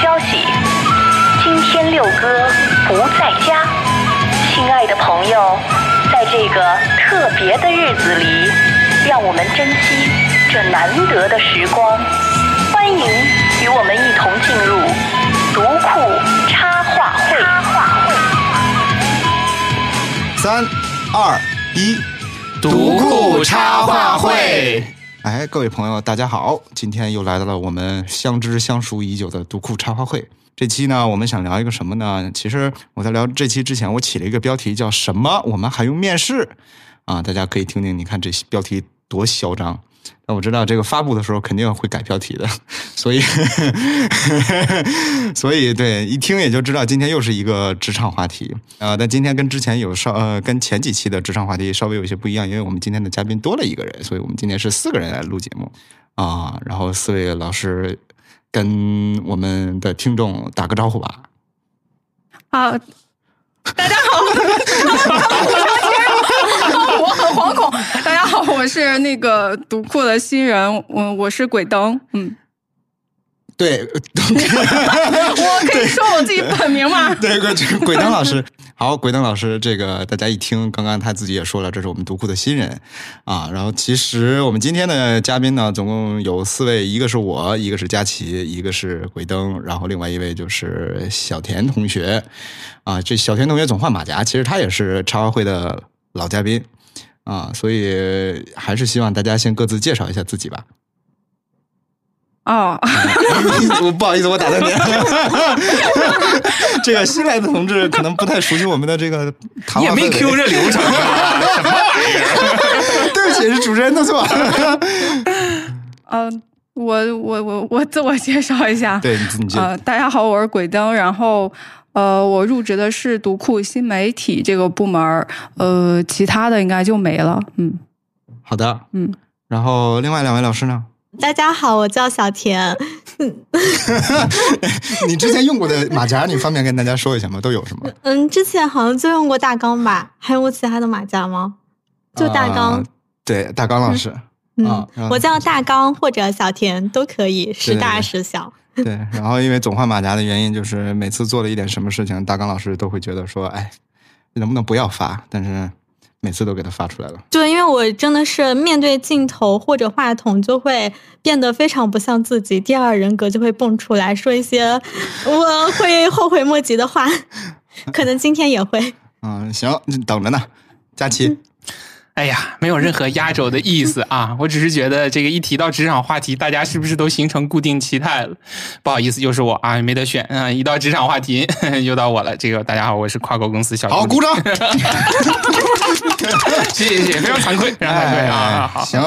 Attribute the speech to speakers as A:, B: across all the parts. A: 消息，今天六哥不在家。亲爱的朋友，在这个特别的日子里，让我们珍惜这难得的时光。欢迎与我们一同进入读库插画会。
B: 三二一，
C: 独库插画会。
B: 哎，各位朋友，大家好！今天又来到了我们相知相熟已久的读库插画会。这期呢，我们想聊一个什么呢？其实我在聊这期之前，我起了一个标题叫“什么？我们还用面试？”啊，大家可以听听，你看这标题多嚣张。那我知道这个发布的时候肯定会改标题的，所以， 所以对一听也就知道今天又是一个职场话题啊、呃但今天跟之前有稍呃跟前几期的职场话题稍微有一些不一样，因为我们今天的嘉宾多了一个人，所以我们今天是四个人来录节目啊、然后四位老师跟我们的听众打个招呼吧。
D: 好，大家好，我很惶恐。大家好，我是那个读库的新人，我我是鬼灯，嗯，
B: 对，
D: 我可以说我自己本名吗？
B: 对，鬼鬼灯老师，好，鬼灯老师，这个大家一听，刚刚他自己也说了，这是我们独库的新人啊。然后其实我们今天的嘉宾呢，总共有四位，一个是我，一个是佳琪，一个是鬼灯，然后另外一位就是小田同学啊。这小田同学总换马甲，其实他也是茶话会的老嘉宾啊，所以还是希望大家先各自介绍一下自己吧。
D: 哦，
B: 我不好意思，我打断您。这个新来的同志可能不太熟悉我们的这个谈
C: 也
B: 话
C: 没
B: 氛围
C: Q 这流 程啊，什么玩意儿？
B: 对不起，是主持人的错。
D: 嗯、我我我我自我介绍一下，
B: 对，你自己就
D: 呃，大家好，我是鬼灯，然后。呃，我入职的是读库新媒体这个部门儿，呃，其他的应该就没了。嗯，
B: 好的，
D: 嗯。
B: 然后另外两位老师呢？
E: 大家好，我叫小田。
B: 你之前用过的马甲，你方便跟大家说一下吗？都有什么？
E: 嗯，之前好像就用过大纲吧，还用过其他的马甲吗？就大纲。
B: 啊对，大纲老师。
E: 嗯，
B: 啊然后
E: 我叫大纲或者小田都可以，时
B: 对对
E: 大
B: 对
E: 时小。
B: 对，然后因为总换马甲的原因，就是每次做了一点什么事情，大纲老师都会觉得说，哎，能不能不要发？但是每次都给他发出来了。
E: 对，因为我真的是面对镜头或者话筒，就会变得非常不像自己，第二人格就会蹦出来说一些我会后悔莫及的话， 可能今天也会。
B: 嗯，行，等着呢。佳琪，
C: 哎呀，没有任何压轴的意思啊！我只是觉得这个一提到职场话题，大家是不是都形成固定期待了？不好意思，又是我啊，没得选啊！一到职场话题， 又到我了。这个大家好，我是跨国公司小
B: 好，
C: 助
B: 鼓
C: 理，
B: 掌。
C: 谢谢谢谢，非常惭愧，非常惭愧啊！好，
B: 哎行，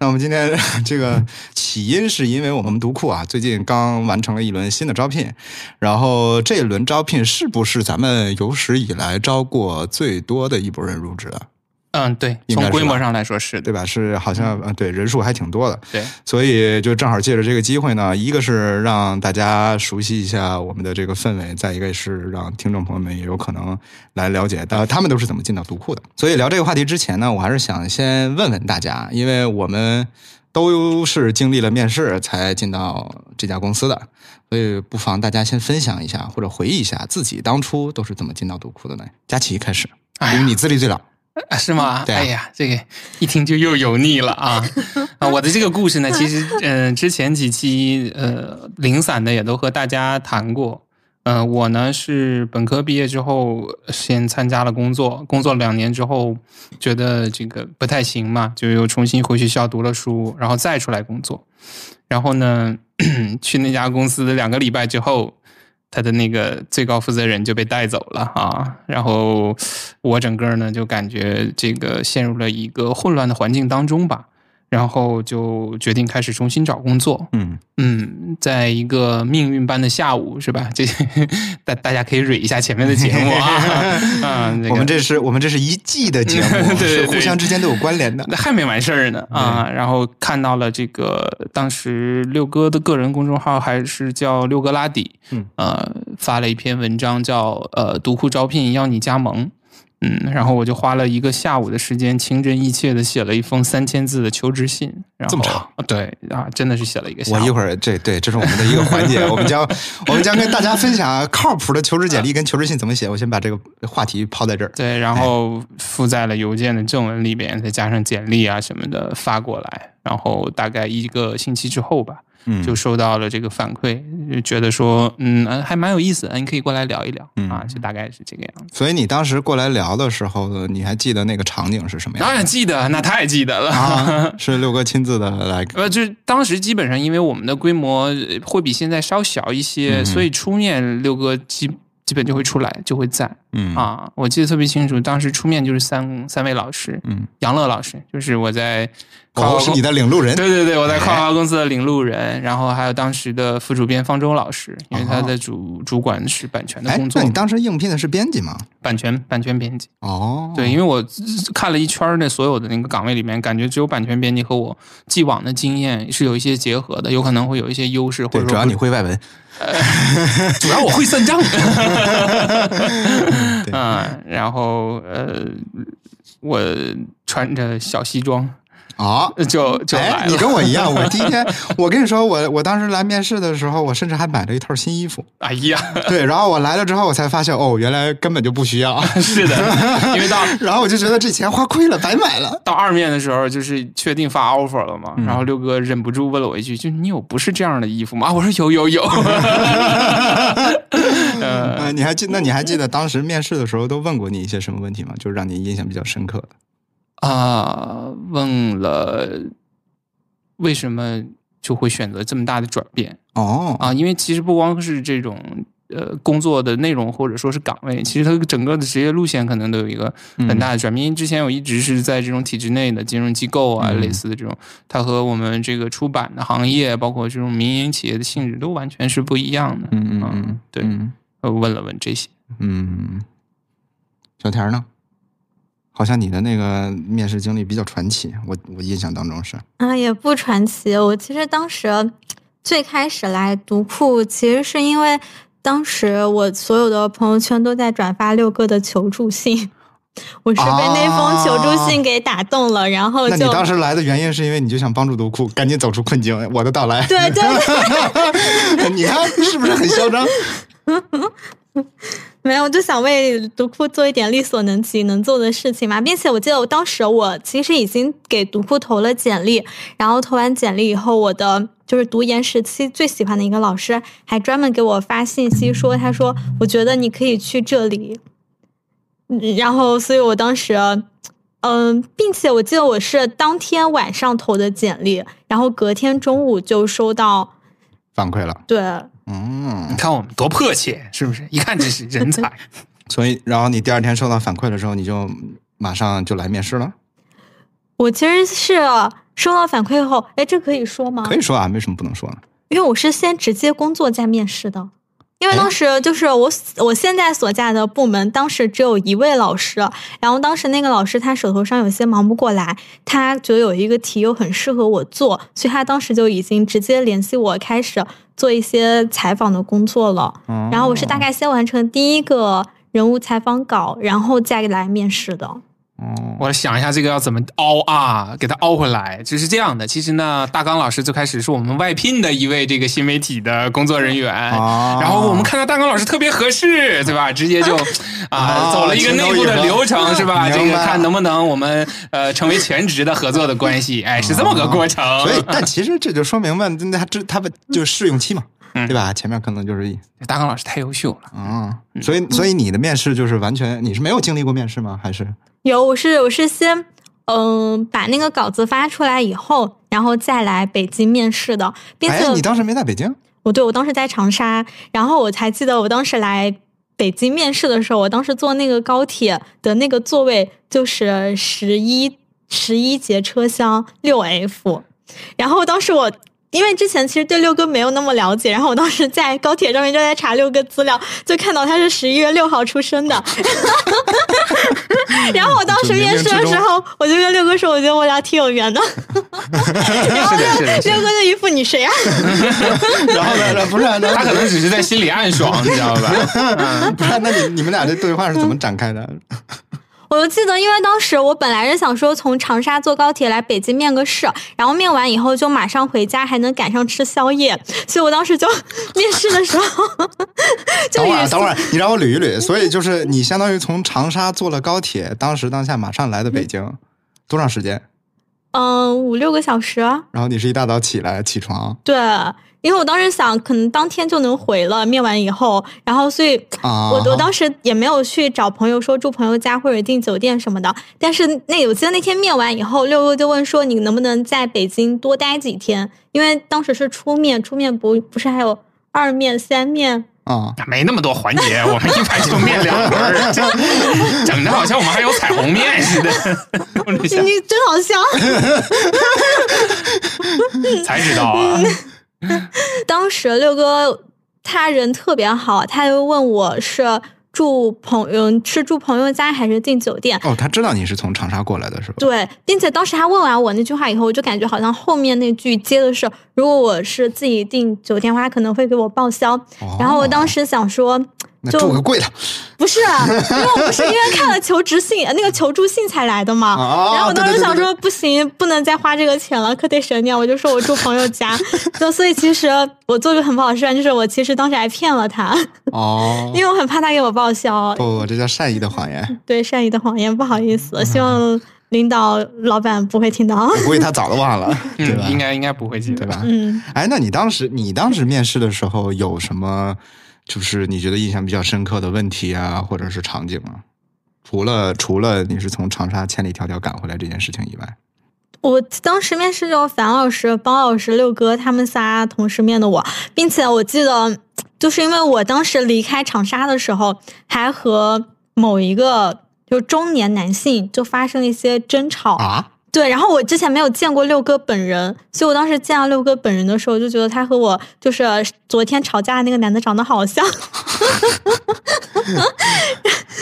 B: 那我们今天 这个起因是因为我们读库啊，最近刚完成了一轮新的招聘，然后这一轮招聘是不是咱们有史以来招过最多的一波人入职啊？
C: 嗯，对，
B: 应该是吧
C: 从规模上来说是的，
B: 对吧？是好像呃对人数还挺多的，
C: 对，
B: 所以就正好借着这个机会呢，一个是让大家熟悉一下我们的这个氛围，再一个是让听众朋友们也有可能来了解呃他们都是怎么进到读库的。所以聊这个话题之前呢，我还是想先问问大家，因为我们都是经历了面试才进到这家公司的，所以不妨大家先分享一下或者回忆一下自己当初都是怎么进到读库的呢？佳琪开始，
C: 哎
B: 因为你资历最老。
C: 啊，是吗？
B: 对啊
C: 哎呀，这个一听就又油腻了 啊！啊，我的这个故事呢，其实嗯、呃之前几期呃零散的也都和大家谈过。嗯、我呢是本科毕业之后先参加了工作，工作两年之后觉得这个不太行嘛，就又重新回学校读了书，然后再出来工作。然后呢， 去那家公司的两个礼拜之后，他的那个最高负责人就被带走了啊。然后我整个呢就感觉这个陷入了一个混乱的环境当中吧，然后就决定开始重新找工作。
B: 嗯，
C: 嗯，在一个命运般的下午是吧？这 大大家可以蕊一下前面的节目啊，啊，
B: 我们
C: 这个
B: 这是我们这是一季的节目，
C: 对对
B: 是
C: 对
B: 互相之间都有关联的。
C: 那还没完事儿呢啊！
B: 嗯
C: 然后看到了这个，当时六哥的个人公众号还是叫六哥拉底，
B: 嗯，
C: 呃，发了一篇文章叫呃“独库招聘要你加盟”，嗯，然后我就花了一个下午的时间，情真意切的写了一封三千字的求职信，然后
B: 这么长，
C: 对啊，真的是写了一个下
B: 我
C: 午。
B: 一会儿这对，这是我们的一个环节，我们 将我们将跟大家分享啊靠谱的求职简历跟求职信怎么写。我先把这个话题抛在这儿。
C: 对，然后附在了邮件的正文里边，再加上简历啊什么的发过来，然后大概一个星期之后吧，
B: 嗯，
C: 就收到了这个反馈，就觉得说，嗯，呃还蛮有意思，呃你可以过来聊一聊
B: 嗯
C: 啊，就大概是这个样子。
B: 所以你当时过来聊的时候，你还记得那个场景是什么样
C: 当然记得，那太记得了。
B: 的？啊，是六哥亲自的来。
C: 呃，就是当时基本上，因为我们的规模呃会比现在稍小一些，
B: 嗯
C: 所以出面六哥基基本就会出来，就会在
B: 嗯，
C: 啊。我记得特别清楚，当时出面就是三三位老师，
B: 嗯，
C: 杨乐老师，就是我在跨
B: 我
C: 国
B: 是
C: 公
B: 你的领路人。哎
C: 对对对，我在跨华公司的领路人，然后还有当时的副主编方舟老师，因为他的主、主管是版权的
B: 哦哎
C: 工，作
B: 那，你当时应聘的是编辑吗？
C: 版权版权编辑。
B: 哦，
C: 对，，因为我呃看了一圈儿那所有的那个岗位里面，感觉只有版权编辑和我既往的经验是有一些结合的，有可能会有一些优势，或
B: 对，
C: 者
B: 主
C: 说
B: 要 你会外文。
C: 主要我哦会算账。
B: 对
C: 嗯，然后呃，我穿着小西装呃
B: 哦，
C: 就 就来
B: 哎，
C: 了。
B: 你跟我一样，我第一 天，我跟你说，我我当时来面试的时候，我甚至还买了一套新衣服。
C: 哎呀，
B: 对，然后我来了之后，我才发现，哦，原来根本就不需要。
C: 是的，因为到
B: 然后我就觉得这钱花亏了，白买了。
C: 到二面的时候，就是确定发 offer 了嘛，
B: 嗯
C: 然后六哥忍不住问了我一句：“就你有不是这样的衣服吗？”啊我 说：“有有有。
B: 呃，你还记？那你还记得当时面试的时候都问过你一些什么问题吗？就是让你印象比较深刻的。
C: 啊，问了为什么就会选择这么大的转变
B: 哦，
C: 啊？因为其实不光是这种呃工作的内容或者说是岗位，其实它整个的职业路线可能都有一个
B: 嗯
C: 很大的转变。因为之前我一直是在这种体制内的金融机构啊，
B: 嗯
C: 类似的这种，它和我们这个出版的行业，包括这种民营企业的性质都完全是不一样的。
B: 嗯嗯
C: 啊
B: 嗯，
C: 对，
B: 嗯
C: 呃问了问这些。
B: 嗯，小田儿呢？好像你的那个面试经历比较传奇，我我印象当中是，
E: 啊，也不传奇。我其实当时最开始来读库，其实是因为当时我所有的朋友圈都在转发六哥的求助信， 我是被那封求助信给打动了，然后
B: 啊那你
E: 就
B: 当时来的原因是因为你就想帮助读库赶紧走出困境，我的到来，
E: 对对 对，
B: 你看是不是很嚣张？
E: 没有，我就想为读库做一点力所能及能做的事情嘛，并且我记得我当时我其实已经给读库投了简历，然后投完简历以后，我的就是读研时期最喜欢的一个老师还专门给我发信息说，他说我觉得你可以去这里，嗯然后所以我当时。嗯，并且我记得我是当天晚上投的简历，然后隔天中午就收到，
B: 反馈了，
E: 对，
B: 嗯
C: 你，看我们多迫切，是不是？一看就是人才。
B: 所以然后你第二天收到反馈了之后，你就马上就来面试了，
E: 我其实是收到反馈后，哎，这可以说吗？
B: 可以说啊，为什么不能说呢？
E: 因为我是先直接工作再面试的，因为
B: 哎
E: 当时就是我我现在所在的部门，当时只有一位老师，然后当时那个老师他手头上有些忙不过来，他觉得有一个题又很适合我做，所以他当时就已经直接联系我开始做一些采访的工作了。
B: 哦
E: 然后我是大概先完成第一个人物采访稿，然后再来面试的。
B: 哦，
C: 我想一下这个要怎么凹啊，给它凹回来，就是这样的。其实呢，大刚老师最开始是我们外聘的一位这个新媒体的工作人员。
B: 啊
C: 哎然后我们看到大刚老师特别合适，对吧？直 接就啊
B: 啊
C: 走了一个内部的流程，是吧？
B: 明
C: 这
B: 白
C: 个看能不能我们呃成为全职的合作的 关系，哎，是这么个过程。
B: 啊所以，但其实这就说明白，那他这他们就试用期嘛，
C: 嗯
B: 对吧？前面可能就是一
C: 大刚老师太优秀了，
B: 啊，
C: 嗯
B: 所以所以你的面试就是完全你是没有经历过面试吗？还是
E: 有，我是我是先嗯、把那个稿子发出来以后，然后再来北京面试的，并且
B: 哎，你当时没在北 京？
E: 我对我当时在长沙，然后我才记得我当时来。北京面试的时候，我当时坐那个高铁的那个座位就是十一十一节车厢六 F，然后当时我因为之前其实对六哥没有那么了解，然后我当时在高铁上面就在查六哥资料，就看到他是十一月六号出生的， 然后我当时面试的时候，我就跟六哥说，我觉得我俩挺有缘的，然后
C: 嗯是的是的是
E: 六
C: 的
E: 哥就一副你谁啊？
B: 然后呢？不是，啊
C: 他
B: 那 啊
C: 可能只是在心里暗爽，你知道吧？
B: 不是，那你你们俩这对话是怎么展开的？
E: 我就记得，因为当时我本来是想说从长沙坐高铁来北京面个试，然后面完以后就马上回家，还能赶上吃宵夜，所以我当时就 面试的时候就
B: 等会儿，啊
E: 语速
B: 等会儿，你让我捋一捋。所以就是你相当于从长沙坐了高铁，当时当下马上来的北京，多长时间？
E: 嗯五六个小时啊，
B: 然后你是一大早起来起床
E: 对，因为我当时想可能当天就能回了，面完以后，然后所以
B: 啊？
E: 我我当时也没有去找朋友说住朋友家或者订酒店什么的，但是那我记得那天面完以后，六六就问说你能不能在北京多待几天，因为当时是初面，初面不不是还有二面、三面，
B: 啊，
C: 没那么多环节，我们一盘就面两轮儿，这整的好像我们还有彩虹面 似的。我就
E: 你
C: 想
E: 你真好笑。
C: 才知道啊，
E: 当时六哥他人特别好，他就问我是住朋友是住朋友家还是订酒店，
B: 哦，他知道你是从长沙过来的是吧？
E: 对，并且当时他问完我那句话以后，我就感觉好像后面那句接的是，如果我是自己订酒店的话，他可能会给我报销。
B: 哦
E: 然后我当时想说，
B: 那
E: 就
B: 住个贵的
E: 不是 啊，因为我不是因为看了求职信，那个求助信才来的嘛。
B: 啊
E: 然后我当
B: 对
E: 时
B: 对对
E: 想
B: 对
E: 说，不行，不能再花这个钱了，可得省点。我就说我住朋友家，就所以其实我做个很不好的事，就是我其实当时还骗了他，
B: 哦。
E: 因为我很怕他给我报销。
B: 不，这叫善意的谎言。
E: 对，善意的谎言，不好意
B: 嗯
E: 思，希望领导、老板不会听到。
B: 我估计他早都忘 了， 对吧
C: 嗯，？应该应该不会记
B: 对
C: 得？
B: 吧？
E: 嗯。
B: 哎，那你当时你当时面试的时候有什么，就是你觉得印象比较深刻的问题啊，或者是场景啊？除了除了你是从长沙千里迢迢赶回来这件事情以外，
E: 我当时面试就樊老师、包老师、六哥他们仨同时面的我，并且我记得，就是因为我当时离开长沙的时候，还和某一个就中年男性就发生了一些争吵。
B: 啊，
E: 对，然后我之前没有见过六哥本人，所以我当时见到六哥本人的时候，就觉得他和我就是昨天吵架的那个男的长得好像。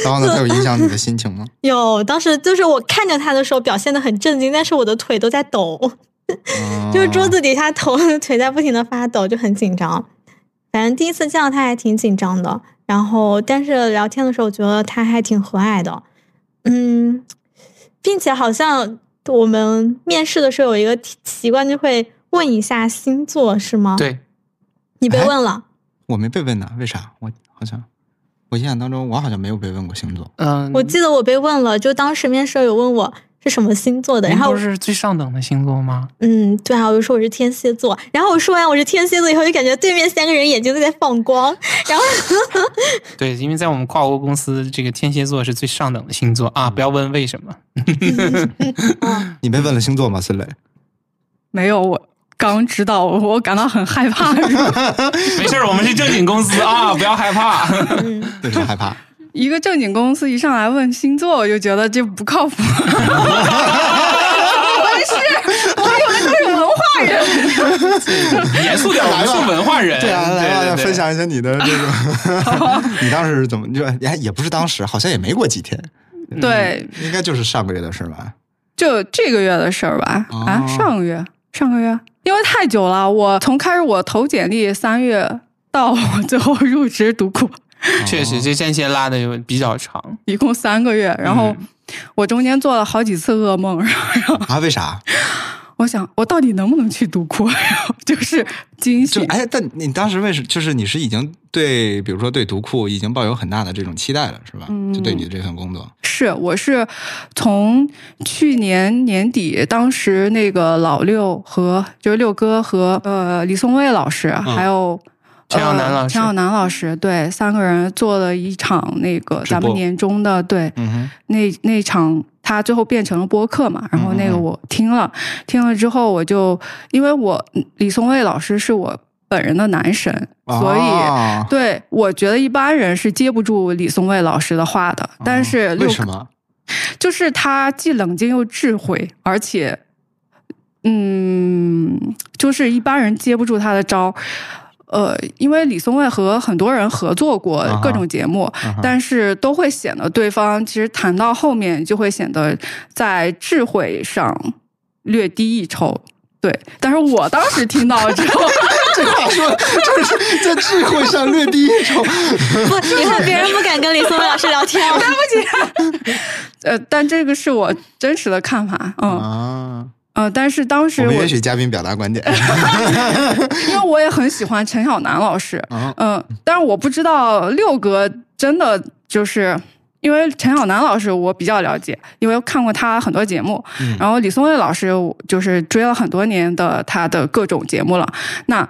B: 然后呢，它有影响你的心情 吗？
E: 有，当时就是我看着他的时候表现的很震惊，但是我的腿都在抖。
B: 嗯
E: 就是
C: 嗯
E: 桌子底下头腿在不停的发抖，就很紧张。反正第一次见到他还挺紧张的，然后但是聊天的时候，我觉得他还挺和蔼的，嗯，并且好像我们面试的时候有一个习习惯，就会问一下星座，是吗？，
C: 对，
E: 你被
B: 哎
E: 问了，
B: 我没被问呢，为啥？我好像我印象当中我好像没有被问过星座。
C: 嗯，
E: 我记得我被问了，就当时面试有问我是什么星座的，然
C: 您
E: 后
C: 不是最上等的星座吗？
E: 嗯，对啊，我就说我是天蝎座，然后我说完我是天蝎座以后，就感觉对面三个人眼睛都在放 光，然后。
C: 对，因为在我们跨国公司，这个天蝎座是最上等的星座啊！不要问为什么，
B: 你被问了星座吗，孙磊？
D: 没有，我刚知道，我我感到很害怕，
C: 没事儿，我们是正经公司 啊，不要害怕。
E: 嗯
B: 为什么害怕？
D: 一个正经公司一上来问星座，我就觉得这不靠谱。 我是，我以为都是文化人。
C: 严肃点，我们是文化人，
B: 对啊，来吧，
C: 对对
B: 分享一下你的这个，你当时是怎么就哎也不是当时，好像也没过几天，
D: 对，
B: 应该就是上个月的事儿吧？
D: 就这个月的事儿吧。啊，
B: 哦
D: 上个月，上个月，因为太久了，我从开始我投简历三月到我最后入职读库，
C: 确实这战线拉的有比较长。
D: 一共三个月，然
B: 嗯
D: 后。我中间做了好几次噩梦，然后
B: 啊，为啥？
D: 我想我到底能不能去读库， 然后就是惊
B: 就
D: 喜。
B: 哎，但你当时为什就是你是已经对，比如说对读库已经抱有很大的这种期待了，是吧？就对你的这份工作，
D: 是，我是从去年年底，当时那个老六和就是六哥和呃李松蔚老师，
B: 嗯
D: 还有。
C: 陈晓南
D: 呃
C: 老师
D: 陈晓南老师，对，三个人做了一场那个
B: 直
D: 咱们
B: 播
D: 年终的，对，
B: 嗯
D: 那那场他最后变成了播客嘛，然后
B: 嗯
D: 那个我听了，听了之后我就，因为我李松蔚老师是我本人的男神，
B: 哼，
D: 所以
B: 哦
D: 对我觉得一般人是接不住李松蔚老师的话的，但是
B: 哦
D: 六
B: 为
D: 哥
B: 什么？
D: 就是他既冷静又智慧，而且，嗯，就是一般人接不住他的招儿。呃，因为李松蔚和很多人合作过
B: 啊哈
D: 各种节目，
B: 啊哈
D: 但是都会显得对方其实谈到后面就会显得在智慧上略低一筹。对，但是我当时听到之后，
B: 这话说就是在智慧上略低一筹。
E: 不，以后别人不敢跟李松蔚老师聊天了。
D: 对不起， 呃，但这个是我真实的看法，嗯
B: 啊，
D: 呃，但是当时
B: 我
D: 我
B: 们允许嘉宾表达 观点
D: 因为我也很喜欢陈晓楠老师，
B: 啊，
D: 嗯，但是我不知道六哥真的就是因为陈晓楠老师我比较了解，因为看过他很多节目，
B: 嗯
D: 然后李松蔚老师我就是追了很多年的他的各种节目了。那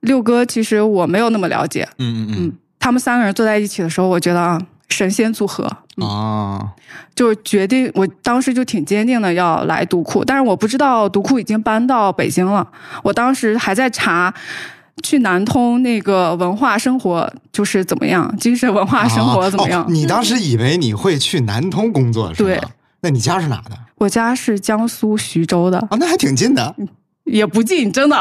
D: 六哥其实我没有那么了解，
B: 嗯嗯
D: 嗯，他们三个人坐在一起的时候，我觉得啊，神仙组合，
B: 嗯，啊，
D: 就是决定，我当时就挺坚定的要来读库，但是我不知道读库已经搬到北京了。我当时还在查去南通那个文化生活就是怎么样，精神文化生活怎么样。嗯
B: 哦你当时以为你会去南通工作是吗？
D: 对，
B: 那你家是哪的？
D: 我家是江苏徐州的，
B: 啊，那还挺近
D: 嗯
B: 的。
D: 也不近，真 的，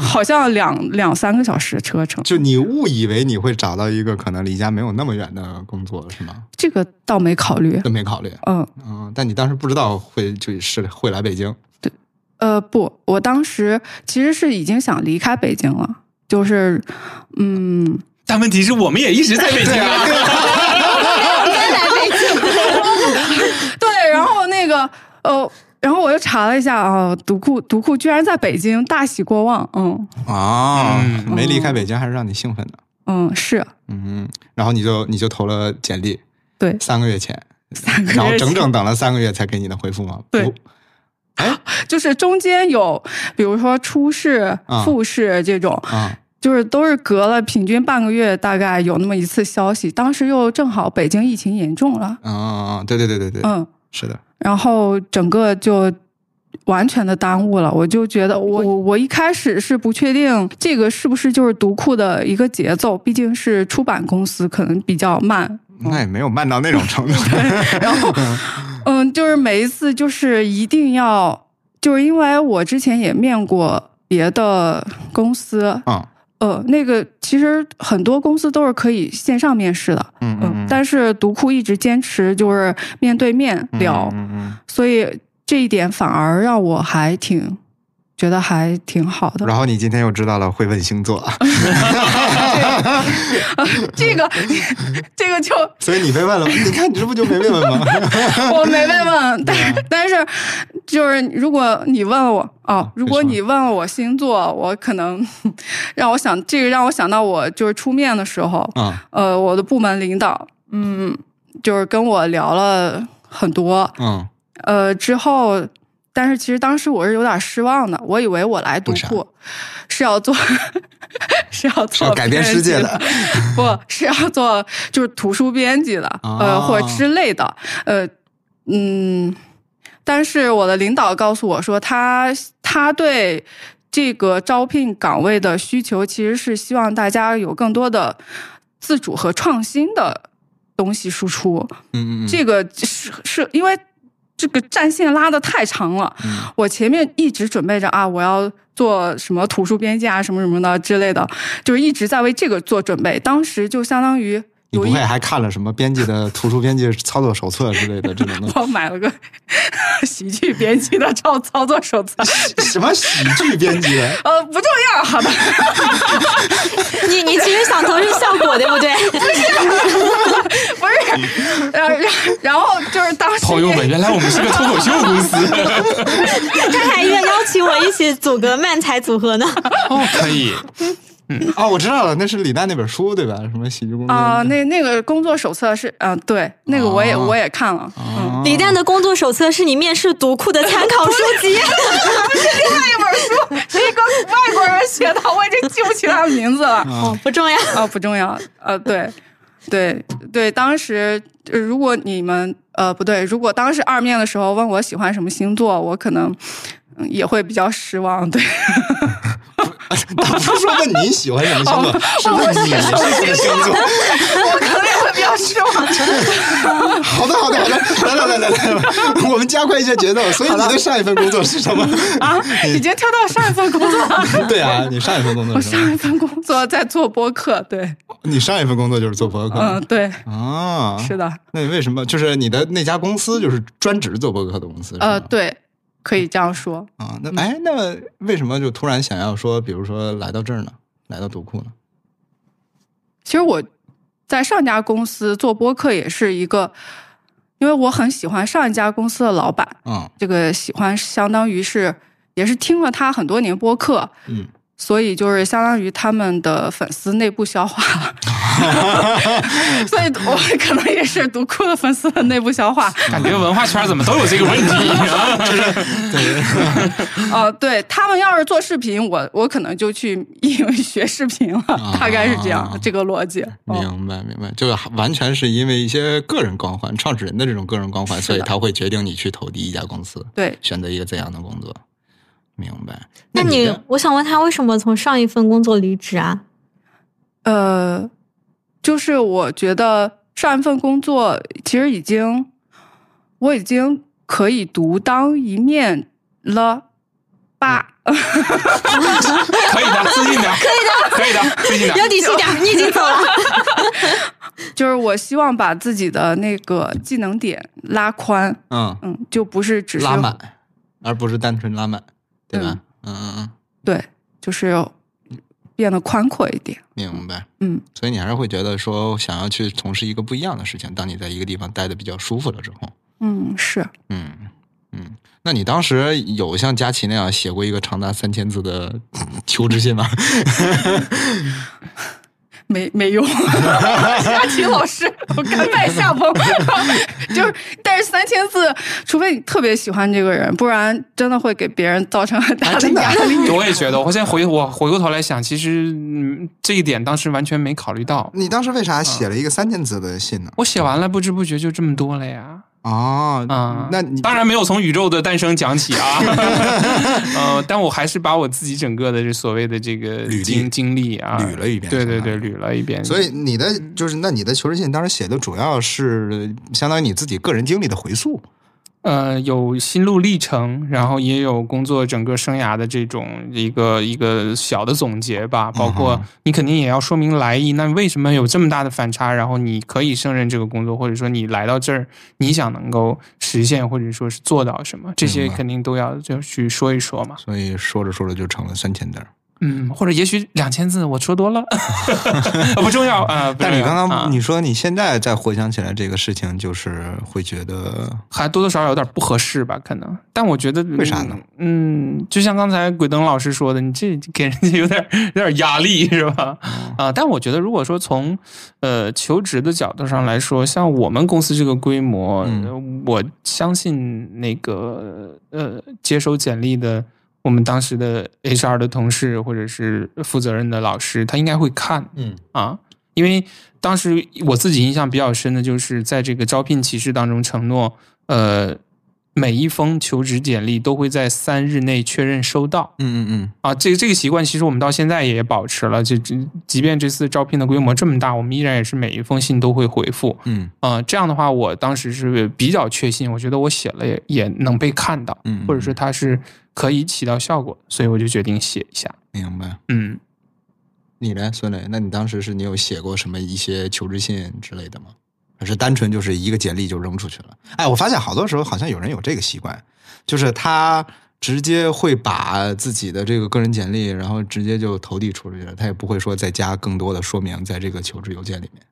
D: 好像两两三个小时车程。
B: 就你误以为你会找到一个可能离家没有那么远的工作是吗？
D: 这个倒没考虑。
B: 都没考虑。
D: 嗯，
B: 嗯，但你当时不知道会就是会来北京。
D: 呃，不，我当时其实是已经想离开北京了，就是，嗯，
C: 但问题是我们也一直在北京啊。
D: 对，然后那个呃，然后我又查了一下啊，独库独库居然在北京，大喜过望。嗯
B: 啊
C: 嗯
B: 没离
D: 哦
B: 开北京还是让你兴奋的。
D: 嗯，是
B: 嗯，然后你就你就投了简历，
D: 对
B: 三个月前，
D: 三个
B: 然后
D: 月
B: 整
D: 前，
B: 整等了三个月才给你的回复吗？哦
D: 对
B: 不，
D: 就是中间有，比如说初试
B: 啊、
D: 复试这种，
B: 啊
D: 就是都是隔了平均半个月，大概有那么一次消息。当时又正好北京疫情严重了，
B: 啊啊！对对对对对，
D: 嗯，
B: 是的，
D: 然后整个就完全的耽误了。我就觉得我，我我一开始是不确定这个是不是就是读库的一个节奏，毕竟是出版公司，可能比较慢。
B: 那也没有慢到那种程度。
D: 然后，嗯，就是每一次就是一定要，就是因为我之前也面过别的公司，
B: 嗯
D: 呃，那个其实很多公司都是可以线上面试的，
B: 嗯
D: 嗯，但是读库一直坚持就是面对面聊，
B: 嗯嗯
D: 所以这一点反而让我还挺觉得还挺好
B: 嗯。
D: 的。
B: 然后你今天又知道了会问星座，
D: 这个这个就
B: 所以你被问了，你看你这不就没被问吗？
D: 我没被问，但是但是就是如果你问我哦，如果你问我星座，我可能 让我想这个让我想到我就是出面的时候，
B: 啊
D: 呃，我的部门领导，嗯，就是跟我聊了很多，
B: 嗯
D: 呃，之后，但是其实当时我是有点失望的，我以为我来读
B: 为啥
D: 库是要做 是要
B: 是
D: 做
B: 要改变
D: 编
B: 世界
D: 辑
B: 的，
D: 不是要做就是图书编辑的，
B: 啊
D: 呃，或者之类的，呃，嗯，但是我的领导告诉我说他，他对这个招聘岗位的需求其实是希望大家有更多的自主和创新的东西输出，
B: 嗯嗯嗯，
D: 这个是是因为这个战线拉的太长了，
B: 嗯
D: 我前面一直准备着啊，我要做什么图书编辑啊，什么什么的之类的，就是一直在为这个做准备。当时就相当于
B: 你
D: 有
B: 不
D: 一
B: 会还看了什么编辑的图书编辑操作手册之类的这种东西？
D: 我买了个 喜剧编辑的操操作 手册，
B: 什么喜剧编辑的？
D: 呃，不重 要，好吧。
E: 你你其实想从是效果对不对？
D: 不 是，然后然后就是当 时
C: 朋友们，原来我们是个脱口秀公司
E: 他还愿邀请我一起组个漫才组合呢。
C: 哦，可以。
B: 哦，我知道了，那是李诞那本书对吧？什么喜剧公司
D: 啊、那那个工作手册是，嗯、对，那个我也、
B: 哦
D: 我也看了，嗯，
E: 李诞的工作手册是你面试读库的参考书籍，
D: 那本书是一个外国人写的，我已经记不起他的名字了。
E: 哦，不重要。
D: 啊，不重要。呃，对，对，对，当时呃如果你们呃不对，如果当时二面的时候问我喜欢什么星座，我可能嗯也会比较失望。对，
B: 他不是说问你喜欢什么星座，是问你是什么星座。
D: 我可能也会比较失望。
B: 好的，好的，好的，来来来来来，我们加快一些节奏。所以你对上一份工作是什么？
D: 啊，已经跳到上一份工作 了，
B: 对啊，你上一份工作
D: 我
B: 是什么？
D: 上一份工作在做播客。对，
B: 你上一份工作就是做博
D: 嗯，
B: 客
D: 对，
B: 啊？
D: 是。的，
B: 那你为什么就是你的那家公司就是专职做博客的公司？是吗
D: 呃，对，嗯可以这样说。
B: 啊，那哎，那为什么就突然想要说，比如说来到这儿呢，来到读库呢？
D: 其实我在上家公司做播客也是一个，因为我很喜欢上一家公司的老板，
B: 嗯
D: 这个喜欢相当于是也是听了他很多年播客，
B: 嗯，
D: 所以就是相当于他们的粉丝内部消化了， 所以我可能也是独库的粉丝的内部消化。
C: 感觉文化圈怎么都有这个问题啊？
D: 哦、对他们要是做视频，我我可能就去英语学视频了，大概是这样、
B: 啊
D: 这个逻辑。嗯
B: 明白明白，就完全是因为一些个人光环、创始人的这种个人光环，
D: 是
B: 所以
D: 的
B: 他会决定你去投递一家公司，
D: 对，
B: 选择一个怎样的工作。明白。
E: 那
B: 你
E: 你，我想问他为什么从上一份工作离职啊？
D: 呃，就是我觉得上一份工作其实已经，我已经可以独当一面了吧？
C: 可以 的，自信点，可以的，可以的，自信点。
E: 有底气点儿，你已经走了。
D: 就是我希望把自己的那个技能点拉宽，
B: 嗯，
D: 嗯，就不是只是
B: 拉满，而不是单纯拉满，对吧？嗯嗯嗯，
D: 对，就是变得宽阔一点。
B: 明白。
D: 嗯，
B: 所以你还是会觉得说，想要去从事一个不一样的事情。当你在一个地方待的比较舒服了之后，
D: 嗯，是
B: 嗯嗯，那你当时有像佳琪那样写过一个长达三千字的 求职信吗？
D: 没没 用。佳琪老师，我甘拜下风。 就是，但是三千字，除非你特别喜欢这个人，不然真的会给别人造成很
B: 啊
D: 大的压力。
C: 我也觉得，我现在回我回过头来想，其实嗯，这一点当时完全没考虑到。
B: 你当时为啥写了一个三千字的信呢？
C: 我写完了，不知不觉就这么多了呀。
B: 哦，
C: 啊、
B: 那你
C: 当然没有从宇宙的诞生讲 起啊， 呃，但我还是把我自己整个的这所谓的这个
B: 履历
C: 经经历啊，
B: 捋了一遍
C: 对对
B: 相当
C: 对，
B: 于
C: 捋了一遍。
B: 所以你的就是那你的求职信当时写的主要是相当于你自己个人经历的回溯。
C: 呃，有心路历程，然后也有工作整个生涯的这种一个一个小的总结吧，包
B: 嗯
C: 括你肯定也要说明来意，那为什么有这么大的反差？然后你可以胜任这个工作，或者说你来到这儿，你想能够实现或者说是做到什么，这些
B: 明白
C: 肯定都要就去说一说嘛。
B: 所以说着说着就成了三千字儿。
C: 嗯，或者也许两千字我说 多了， 不重要啊。不重要
B: 但你刚
C: 啊
B: 刚你说你现在再回想起来这个事情，就是会觉得
C: 还多多少少有点不合适吧，可能。但我觉得
B: 为啥呢？
C: 嗯，就像刚才鬼灯老师说的，你这给人家有点 有点压力是吧？
B: 哦
C: 啊、但我觉得如果说从呃求职的角度上来说，像我们公司这个规模，
B: 嗯
C: 呃我相信那个呃接收简历的。我们当时的 HR 的同事或者是负责任的老师，他应该会看，
B: 嗯
C: 啊，因为当时我自己印象比较深的就是在这个招聘启事当中承诺，呃，每一封求职简历都会在三日内确认收到
B: 嗯嗯
C: 啊。这个这个习惯其实我们到现在也保持了，就这即便这次招聘的规模这么大，我们依然也是每一封信都会回复。
B: 嗯
C: 啊、这样的话，我当时是比较确信，我觉得我写了也也能被看到，
B: 嗯，
C: 或者说它是可以起到效果的，所以我就决定写一下。
B: 明白。
C: 嗯，
B: 你呢，孙磊？那你当时是你有写过什么一些求职信之类的吗？还是单纯就是一个简历就扔出去了？哎，我发现好多时候好像有人有这个习惯，就是他直接会把自己的这个个人简历，然后直接就投递出去了，他也不会说再加更多的说明在这个求职邮件里面。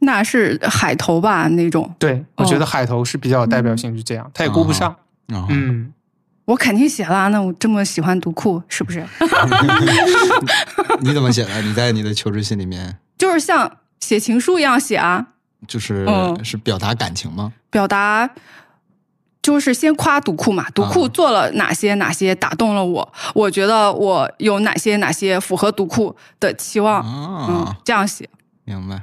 D: 那是海投吧那种，
C: 对，我觉
D: 哦
C: 得海投是比较有代表性，就这样，他也顾不上。
B: 啊、
C: 嗯，
D: 我肯定写啦。那我这么喜欢读库，是不是？
B: 你怎么写的？你在你的求职信里面
D: 就是像写情书一样写啊，
B: 就是、
D: 嗯
B: 是表达感情吗？
D: 表达就是先夸读库嘛，读库
B: 啊
D: 做了哪些哪些打动了我，我觉得我有哪些哪些符合读库的期望，嗯
B: 啊，，
D: 这样写。
B: 明白。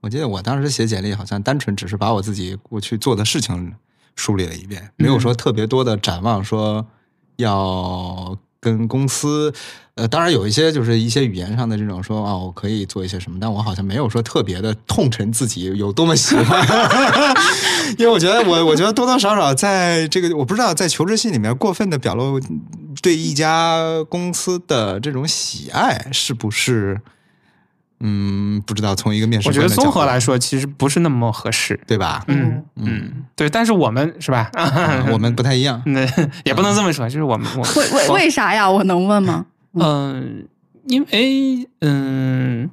B: 我记得我当时写简历，好像单纯只是把我自己过去做的事情梳理了一遍，没有说特别多的展望，说要跟公司。呃，当然有一些就是一些语言上的这种说啊，我可以做一些什么，但我好像没有说特别的痛陈自己有多么喜欢， 因为我觉得我我觉得多多少少在这个我不知道在求职信里面过分的表露对一家公司的这种喜爱是不是？嗯，不知道从一个面试
C: 我觉
B: 官
C: 得
B: 的角
C: 综合
B: 度
C: 来说，其实不是那么合适。
B: 对 吧？
C: 嗯
B: 嗯
C: 嗯，对，但是我们是吧？
B: 啊我们不嗯太一样。
C: 那也不能这么说，就是我们我
D: 为为为啥呀？我能问吗？
C: 嗯，因为嗯，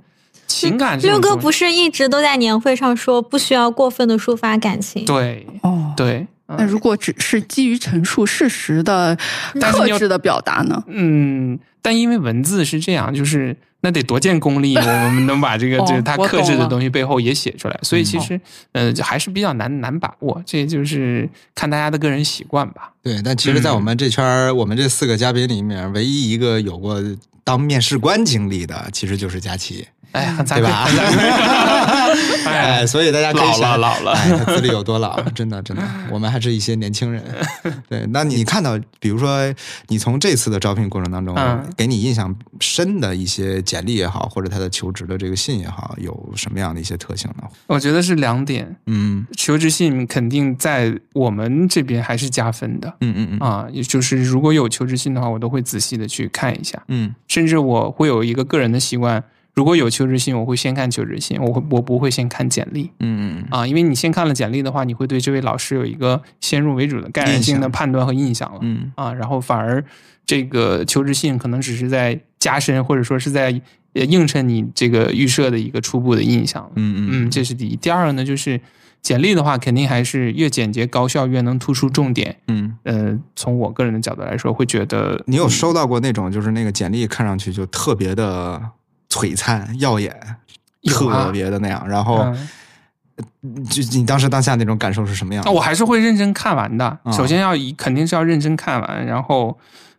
C: 情感这
E: 六
C: 种
E: 哥
C: 东西
E: 不是一直都在年会上说不需要过分的抒发感情？
C: 对
D: 哦，
C: 对，
D: 那
C: 嗯
D: 如果只是基于陈述事实的
C: 但是
D: 克
C: 你要
D: 制的表达呢？
C: 嗯，但因为文字是这样，就是那得多见功力，我们能把这个就是
D: 哦
C: 他
D: 我
C: 克制
D: 懂
C: 的
D: 了
C: 东西背后也写出来，所以其
B: 嗯
C: 实呃还是比较难难把握，这就是看大家的个人习惯吧。
B: 对，但其实，
C: 嗯
B: 在我们这圈儿，我们这四个嘉宾里面，唯一一个有过当面试官经历的，其实就是佳琪，
C: 哎
D: 嗯
C: 呀，很惭
B: 对
C: 愧，
B: 吧
C: 很惭愧哎
B: 哎，，所以大家可以
C: 老了
B: 想
C: 老了
B: 哎，他资历有多老？ 真的真 的，我们还是一些年轻人。对，那你看到，比如说你从这次的招聘过程当中
C: 嗯，
B: 给你印象深的一些简历也好，或者他的求职的这个信也好，有什么样的一些特性呢？
C: 我觉得是两点，
B: 嗯
C: 求职信肯定在我们这边还是加分的
B: 嗯嗯嗯
C: 啊，也就是如果有求职信的话，我都会仔细的去看一下，
B: 嗯
C: 甚至我会有一个个人的习惯，如果有求职信，我会先看求职信，我会我不会先看简历
B: 嗯嗯
C: 啊，因为你先看了简历的话，你会对这位老师有一个先入为主的概念性
B: 印
C: 的
B: 象
C: 判断和印象了。
B: 嗯
C: 啊，然后反而这个求职信可能只是在加深，或者说是在呃映衬你这个预设的一个初步的印象。
B: 嗯
C: 嗯，这是第一。第二个呢，就是简历的话，肯定还是越简洁高效，越能突出重点。
B: 嗯。
C: 呃，从我个人的角度来说，会觉得
B: 你有收到过那种就是那个简历看上去就特别的璀璨耀眼，
C: 有啊
B: 特别的那样，然后
C: 嗯
B: 就你当时当下那种感受是什么样
C: 那
B: 的？
C: 我还是会认真看完的。
B: 啊
C: 首先要以肯定是要认真看完，然后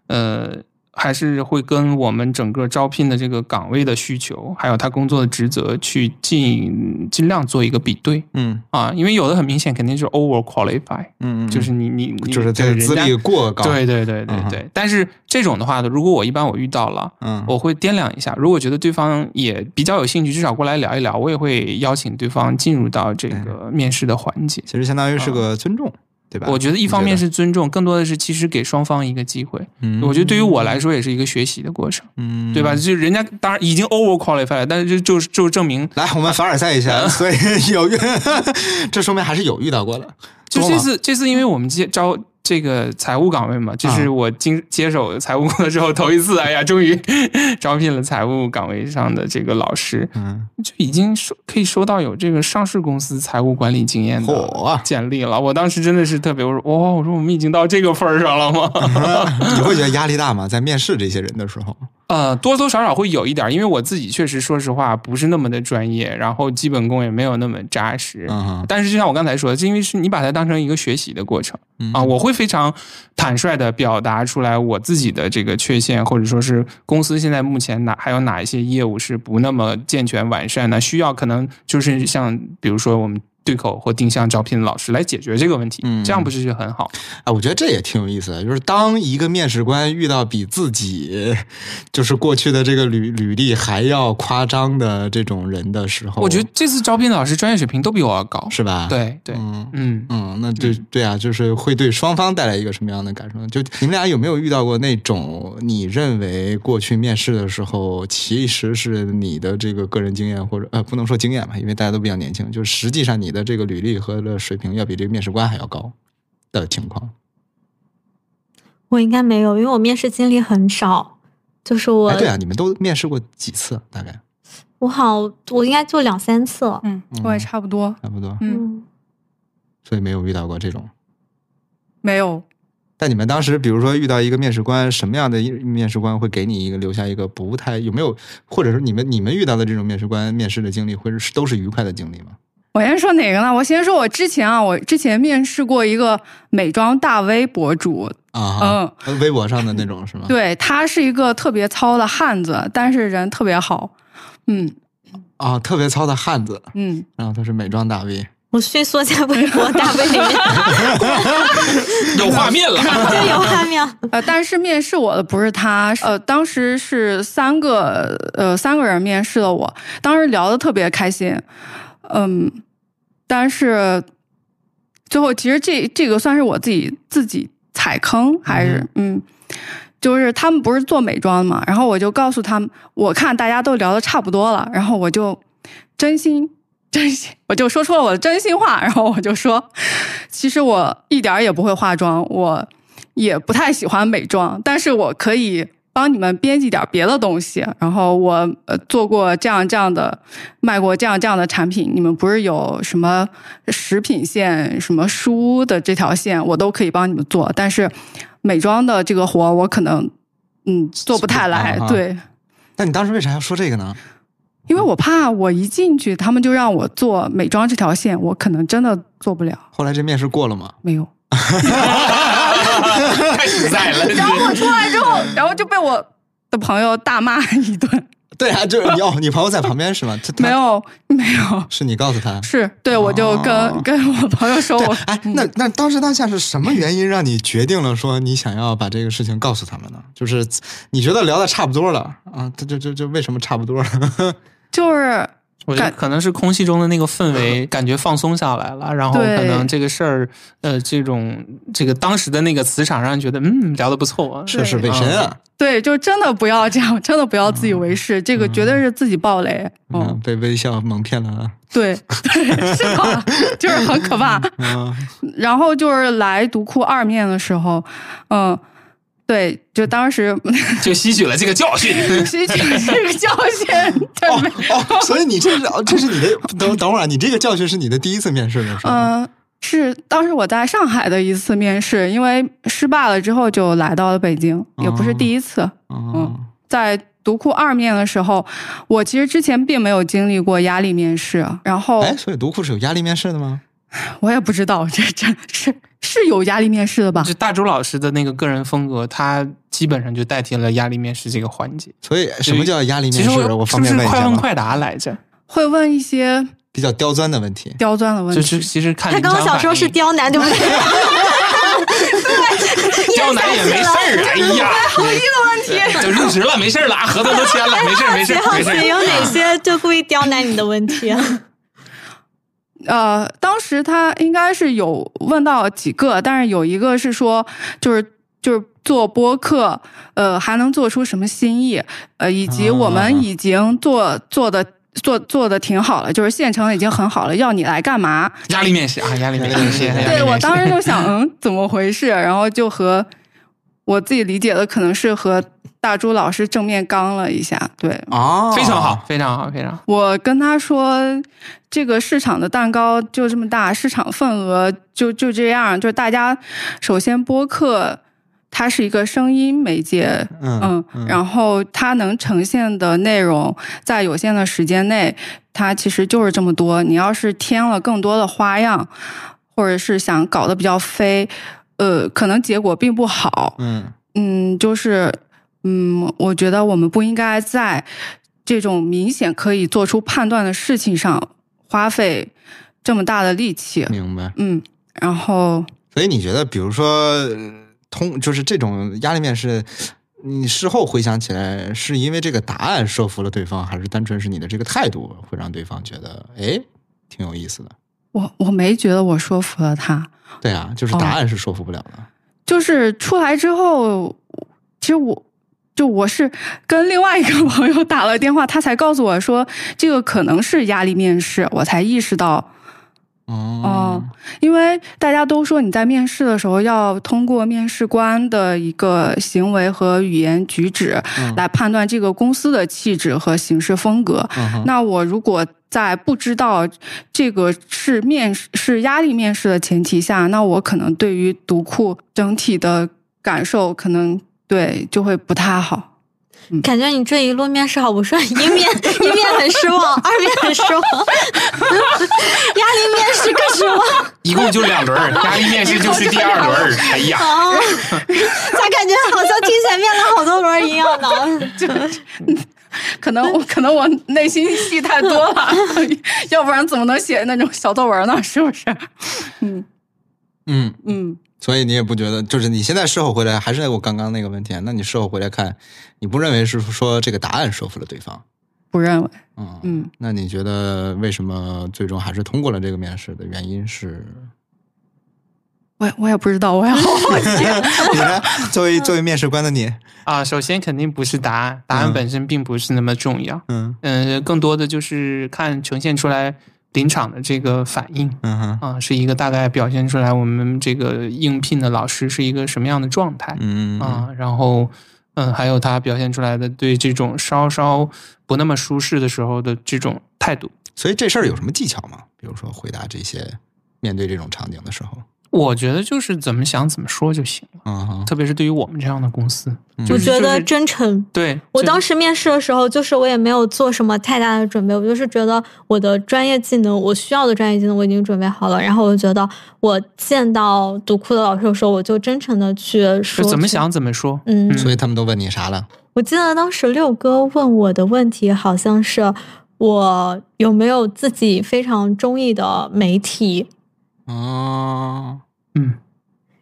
C: 呃，还是会跟我们整个招聘的这个岗位的需求，还有他工作的职责去尽尽量做一个比对
B: 嗯
C: 啊，因为有的很明显肯定是 over qualify，
B: 嗯嗯，
C: 就是你你你
B: 就是这个
C: 人
B: 资
C: 家
B: 历过高，
C: 对对对
B: 嗯
C: 对
B: 哼
C: 对，但是这种的话，如果我一般我遇到了，
B: 嗯，
C: 我会掂量一下，如果觉得对方也比较有兴趣，至少过来聊一聊，我也会邀请对方进入到这个面试的环节。
B: 其实相当于是个尊重，对吧？
C: 嗯我觉得一方面
B: 你觉
C: 是尊重，更多的是其实给双方一个机会。
B: 嗯
C: 我觉得对于我来说也是一个学习的过程，
B: 嗯，
C: 对吧？？就人家当然已经 over qualified 了，但是就就就证明，
B: 来，我们凡尔赛一
C: 嗯
B: 下，所以有遇， 这说明还是有遇到过的。
C: 就
B: 多
C: 这
B: 吗
C: 次这次因为我们接招。这个财务岗位嘛，这是
B: 啊
C: 我经接手财务工作之后头一次，哎呀，终于 招聘了财务岗位上的这个老师，
B: 嗯，
C: 就已经收可以收到有这个上市公司财务管理经验的
B: 嚯
C: 简历了。我当时真的是特别，我说哇、我说我们已经到这个份儿上了吗？
B: 你会觉得压力大吗？在面试这些人的时候，
C: 呃，多多少少会有一点儿，因为我自己确实说实话不是那么的专业，然后基本功也没有那么扎实。
B: 嗯哼
C: 但是就像我刚才说的，因为是你把它当成一个学习的过程
B: 嗯
C: 啊，我会非常坦率的表达出来我自己的这个缺陷，或者说是公司现在目前哪还有哪一些业务是不那么健全完善的，需要可能就是像比如说我们对口或定向招聘的老师来解决这个问题，
B: 嗯
C: 这样不是就很好？
B: 啊，我觉得这也挺有意思的，就是当一个面试官遇到比自己就是过去的这个履履历还要夸张的这种人的时候，
C: 我觉得这次招聘的老师专业水平都比我要高，
B: 是吧？，
C: 对对，
B: 嗯。
C: 嗯
B: 嗯，那对对啊，就是会对双方带来一个什么样的感受呢？就你们俩有没有遇到过那种你认为过去面试的时候，其实是你的这个个人经验或者呃，不能说经验吧，因为大家都比较年轻，就是实际上你的这个履历和的水平要比这个面试官还要高的情况？
E: 我应该没有，因为我面试经历很少，就是我、
B: 哎，对啊，你们都面试过几次？大概
E: 我好，我应该就两三次了。
D: 嗯，我也差不多。
B: 差不多，
D: 嗯，
B: 所以没有遇到过这种。
D: 没有，
B: 但你们当时，比如说遇到一个面试官，什么样的一面试官会给你一个留下一个不太有没有，或者说你们你们遇到的这种面试官面试的经历，会是都是愉快的经历吗？
D: 我先说哪个呢？我先说我之前啊，我之前面试过一个美妆大 V 博主，
B: 啊，嗯，微博上的那种是吗？，
D: 对他是一个特别糙的汉子，但是人特别好。嗯
B: 啊，特别糙的汉子，
D: 嗯，
B: 然后他是美妆大 V，
E: 我迅速在微博大 V 里面
C: 嗯有画面 了。
E: 就有画面。
D: 呃，但是面试我的不是他，呃，当时是三个呃三个人面试的我，当时聊的特别开心，嗯，但是最后其实这这个算是我自己自己踩坑还是嗯。就是他们不是做美妆的嘛，然后我就告诉他们，我看大家都聊的差不多了，然后我就真心真心，我就说出了我的真心话，然后我就说，其实我一点儿也不会化妆，我也不太喜欢美妆，但是我可以。帮你们编辑点别的东西。然后我呃做过这样这样的，卖过这样这样的产品。你们不是有什么食品线、什么书的这条线，我都可以帮你们做。但是美妆的这个活，我可能嗯做不太来。
B: 啊啊
D: 对，
B: 那你当时为啥要说这个呢？
D: 因为我怕我一进去，他们就让我做美妆这条线，我可能真的做不了。
B: 后来这面试过了吗？
D: 没有。
C: 太实在了，
D: 然后我出来之后，然后就被我的朋友大骂一顿。
B: 对啊，就是你哦，你朋友在旁边是吗？他他
D: 没有，没有，
B: 是你告诉他。
D: 是对我就跟、
B: 哦
D: 跟我朋友说
B: 对
D: 我，，
B: 哎，
C: 嗯
B: 那那当时当下是什么原因让你决定了说你想要把这个事情告诉他们呢？就是你觉得聊的差不多了啊，这就就就为什么差不多了？
D: 就是
C: 我觉得可能是空气中的那个氛 围感觉放松下来了，然后
D: 对
C: 可能这个事儿，呃，这种这个当时的那个磁场让人觉得，嗯，聊得不错啊。
B: 这是为谁啊？
D: 对，就真的不要这样，真的不要自以为是，这个绝对是自己暴雷。
C: 哦
D: 嗯，
B: 嗯，被微笑蒙骗了啊。
D: 对， 对，是的， 就是很可怕。
C: 哦
B: 嗯，
D: 然后就是来读库二面的时候，嗯，对，就当时
C: 就吸取了这个教训。
D: 吸 取了这个教训，对，
B: 哦
D: 没
B: 哦，所以你这是哦这是你的等等会儿啊，你这个教训是你的第一次面试的时候吗，
D: 嗯，是当时我在上海的一次面试，因为失败了之后就来到了北京，也不是第一次。
C: 呃
B: 嗯
D: 在读库二面的时候，我其实之前并没有经历过压力面试，然后
C: 哦
B: 哎，所以读库是有压力面试的吗？
D: 我也不知道这这是是有压力面试的吧？
C: 就大周老师的那个个人风格，他基本上就代替了压力面试这个环节。
B: 所以什么叫压力
C: 其
B: 面
C: 实
B: 试？
C: 我是
B: 方
C: 不
B: 便
C: 是
B: 问一
C: 快
B: 下
C: 问
B: 吗？
C: 快答来着？
D: 会问一些
B: 比较刁钻的问题。
D: 刁钻的问
C: 就
D: 题，
C: 是其实看
E: 他刚刚想说是
C: 刁
E: 刁难，对不 对？对，
C: 刁难也没事儿，哎呀，好意的问题，就入职了，没事儿了，啊合同都签了，没事儿，没事 儿，
E: 好
C: 没事儿。
E: 奇有哪些就故意刁难你的问题啊？
D: 呃，当时他应该是有问到几个，但是有一个是说，就是就是做播客，呃，还能做出什么新意？呃，以及我
C: 啊
D: 们已经做、做的做做的挺好了，就是现成的已经很好了，要你来干嘛？
C: 压力面试啊，压力面试，
B: 压力
C: 压力
D: 对我
C: 面试
D: 当时就想，嗯，怎么回事？然后就和我自己理解的可能是和大朱老师正面刚了一下，对。
B: 哦
C: 非常好，。非常好，非常好。
D: 我跟他说，这个市场的蛋糕就这么大，市场份额就就这样，就是大家首先播客。它是一个声音媒介，
B: 嗯
D: 然后它能呈现的内容在有限的时间内，它其实就是这么多。你要是添了更多的花样，或者是想搞得比较飞，呃，可能结果并不好。
B: 嗯
D: 嗯，就是嗯，我觉得我们不应该在这种明显可以做出判断的事情上花费这么大的力气。
B: 明白。
D: 嗯，然后
B: 所以你觉得，比如说呃通，就是这种压力面试，你事后回想起来，是因为这个答案说服了对方，还是单纯是你的这个态度会让对方觉得，哎，挺有意思的？
D: 我我没觉得我说服了他，
B: 对啊，就是
D: 哦
B: 答案是说服不了的。
D: 就是出来之后，其实我。就我是跟另外一个 朋友打了电话，他才告诉我说这个可能是压力面试，我才意识到
B: 哦
D: 哦，因为大家都说你在面试的时候要通过面试官的一个行为和语言举止
B: 嗯
D: 来判断这个公司的气质和行事风格。
B: 嗯哼
D: 那我如果在不知道这个是面试是压力面试的前提下，那我可能对于读库整体的感受可能对就会不太好。
E: 感觉你这一路面试好不顺，一面一面很失望，二面很失望， 压力面试更失 望
C: 一共就两轮儿，压力面试就是第二轮儿。哎呀，
E: 啊！咋感觉好像听前面了好多轮一样 呢？
D: 可能我可能我内心戏太多了， 要不然怎么能写那种小作文呢？是不是？
B: 嗯，
D: 嗯。
B: 所以你也不觉得，就是你现在事后回来，还是我刚刚那个问题啊，那你事后回来看，你不认为是说这个答案说服了对方？
D: 不认为，
B: 嗯
D: 嗯，
B: 那你觉得为什么最终还是通过了这个面试的原因是？
D: 我也我也不知道，我也 好好奇。
B: 你 呢？作为
C: 嗯
B: 作为面试官的你，
C: 啊，首先肯定不是答案，答案
B: 嗯
C: 本身并不是那么重要。
B: 嗯
C: 嗯、更多的就是看呈现出来临场的这个反应
B: 嗯哼，
C: 啊，是一个大概表现出来我们这个应聘的老师是一个什么样的状态啊
B: 嗯
C: 啊，然后。嗯，还有他表现出来的对这种稍稍不那么舒适的时候的这种态度。
B: 所以这事儿有什么技巧吗？比如说回答这些面对这种场景的时候，
C: 我觉得就是怎么想怎么说就行了，
B: 嗯哼，嗯
C: 特别是对于我们这样的公司，就
E: 我
C: 是
E: 觉
C: 就
E: 得
C: 是
E: 真诚。
C: 对
E: 我当
C: 时
E: 时面试的时候，就是我也没有做什么太大的准备，我就是觉得我的专业技能，我需要的专业技能我已经准备好了。然后我就觉得，我见到读库的老师的时候，我就真诚的去
C: 就
E: 说，
C: 怎么？想怎么说。
E: 嗯，
B: 所以他们都问你啥了？
E: 我记得当时六哥问我的问题好像是我有没有自己非常中意的媒体，
B: 哦，
C: 嗯，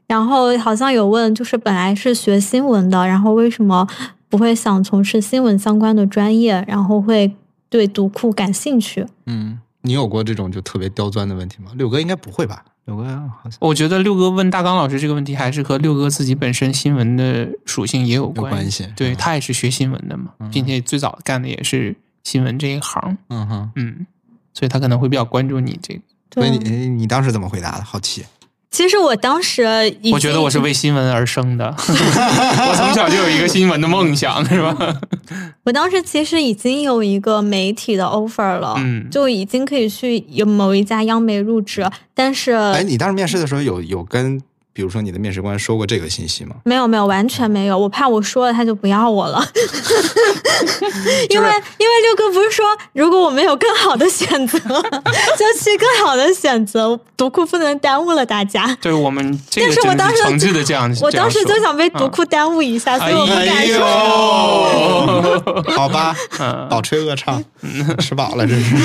E: 然后好像有问，就是本来是学新闻的，然后为什么不会想从事新闻相关的专业，然后会对读库感兴趣？
B: 嗯，你有过这种就特别刁钻的问题吗？六哥应该不会吧？六哥好像
C: 我觉得六哥问大刚老师这个问题，还是和六哥自己本身新闻的属性也有
B: 有
C: 关
B: 关系
C: 对
B: 嗯
C: 他也是学新闻的嘛，并且最早干的也是新闻这一行，
B: 嗯哼，
C: 嗯，所以他可能会比较关注你这个。
B: 所以
E: 对，
B: 你
C: 啊
B: 哎你当时怎么回答的？好奇，
E: 其实我当时已
C: 我觉得
E: 经
C: 我是为新闻而生 的，我从小就有一个新闻的梦想，是 吧？
E: 我当时其实已经有一个媒体的 offer 了，
C: 嗯
E: 就已经可以去有某一家央媒入职，但是
C: 呃
B: 哎，你当时面试的时候有有跟比如说你的面试官说过这个信息吗？
E: 没有没有，完全没有。我怕我说了他就不要 我了，因为因为六哥不是说，如果我们有更好的选 择，就去更好的选择。读库不能耽误了大家。
C: 对我们这个
E: 但是我
C: 真
E: 当时
C: 是诚挚的这样，
E: 我当时
C: 这
E: 就
C: 样说嗯
E: 想被读库耽误一下，所以我不
B: 哎
E: 敢
B: 呦
E: 说。
B: 好吧，
C: 嗯
B: 饱吹饿唱，吃饱了这是。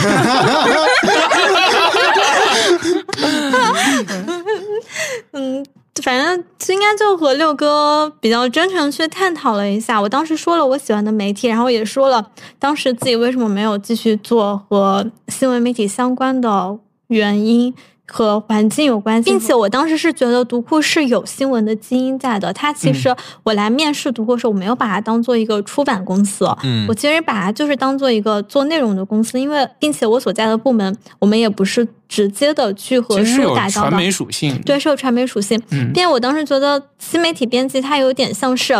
E: 嗯，反正应该就和六哥比较真诚去探讨了一下。我当时说了我喜欢的媒体，然后也说了当时自己为什么没有继续做和新闻媒体相关的原因。和环境有关系，并且我当时是觉得读库是有新闻的基因在的。它其实嗯我来面试读库的时候，我没有把它当做一个出版公司，
B: 嗯
E: 我其实把它就是当做一个做内容的公司，因为并且我所在的部门，我们也不是直接的去和
C: 其实
E: 书
C: 有
E: 打交
C: 传
E: 道，
C: 媒属性，
E: 对，，是有传媒属性。
C: 嗯，
E: 并且我当时觉得新媒体编辑它有点像是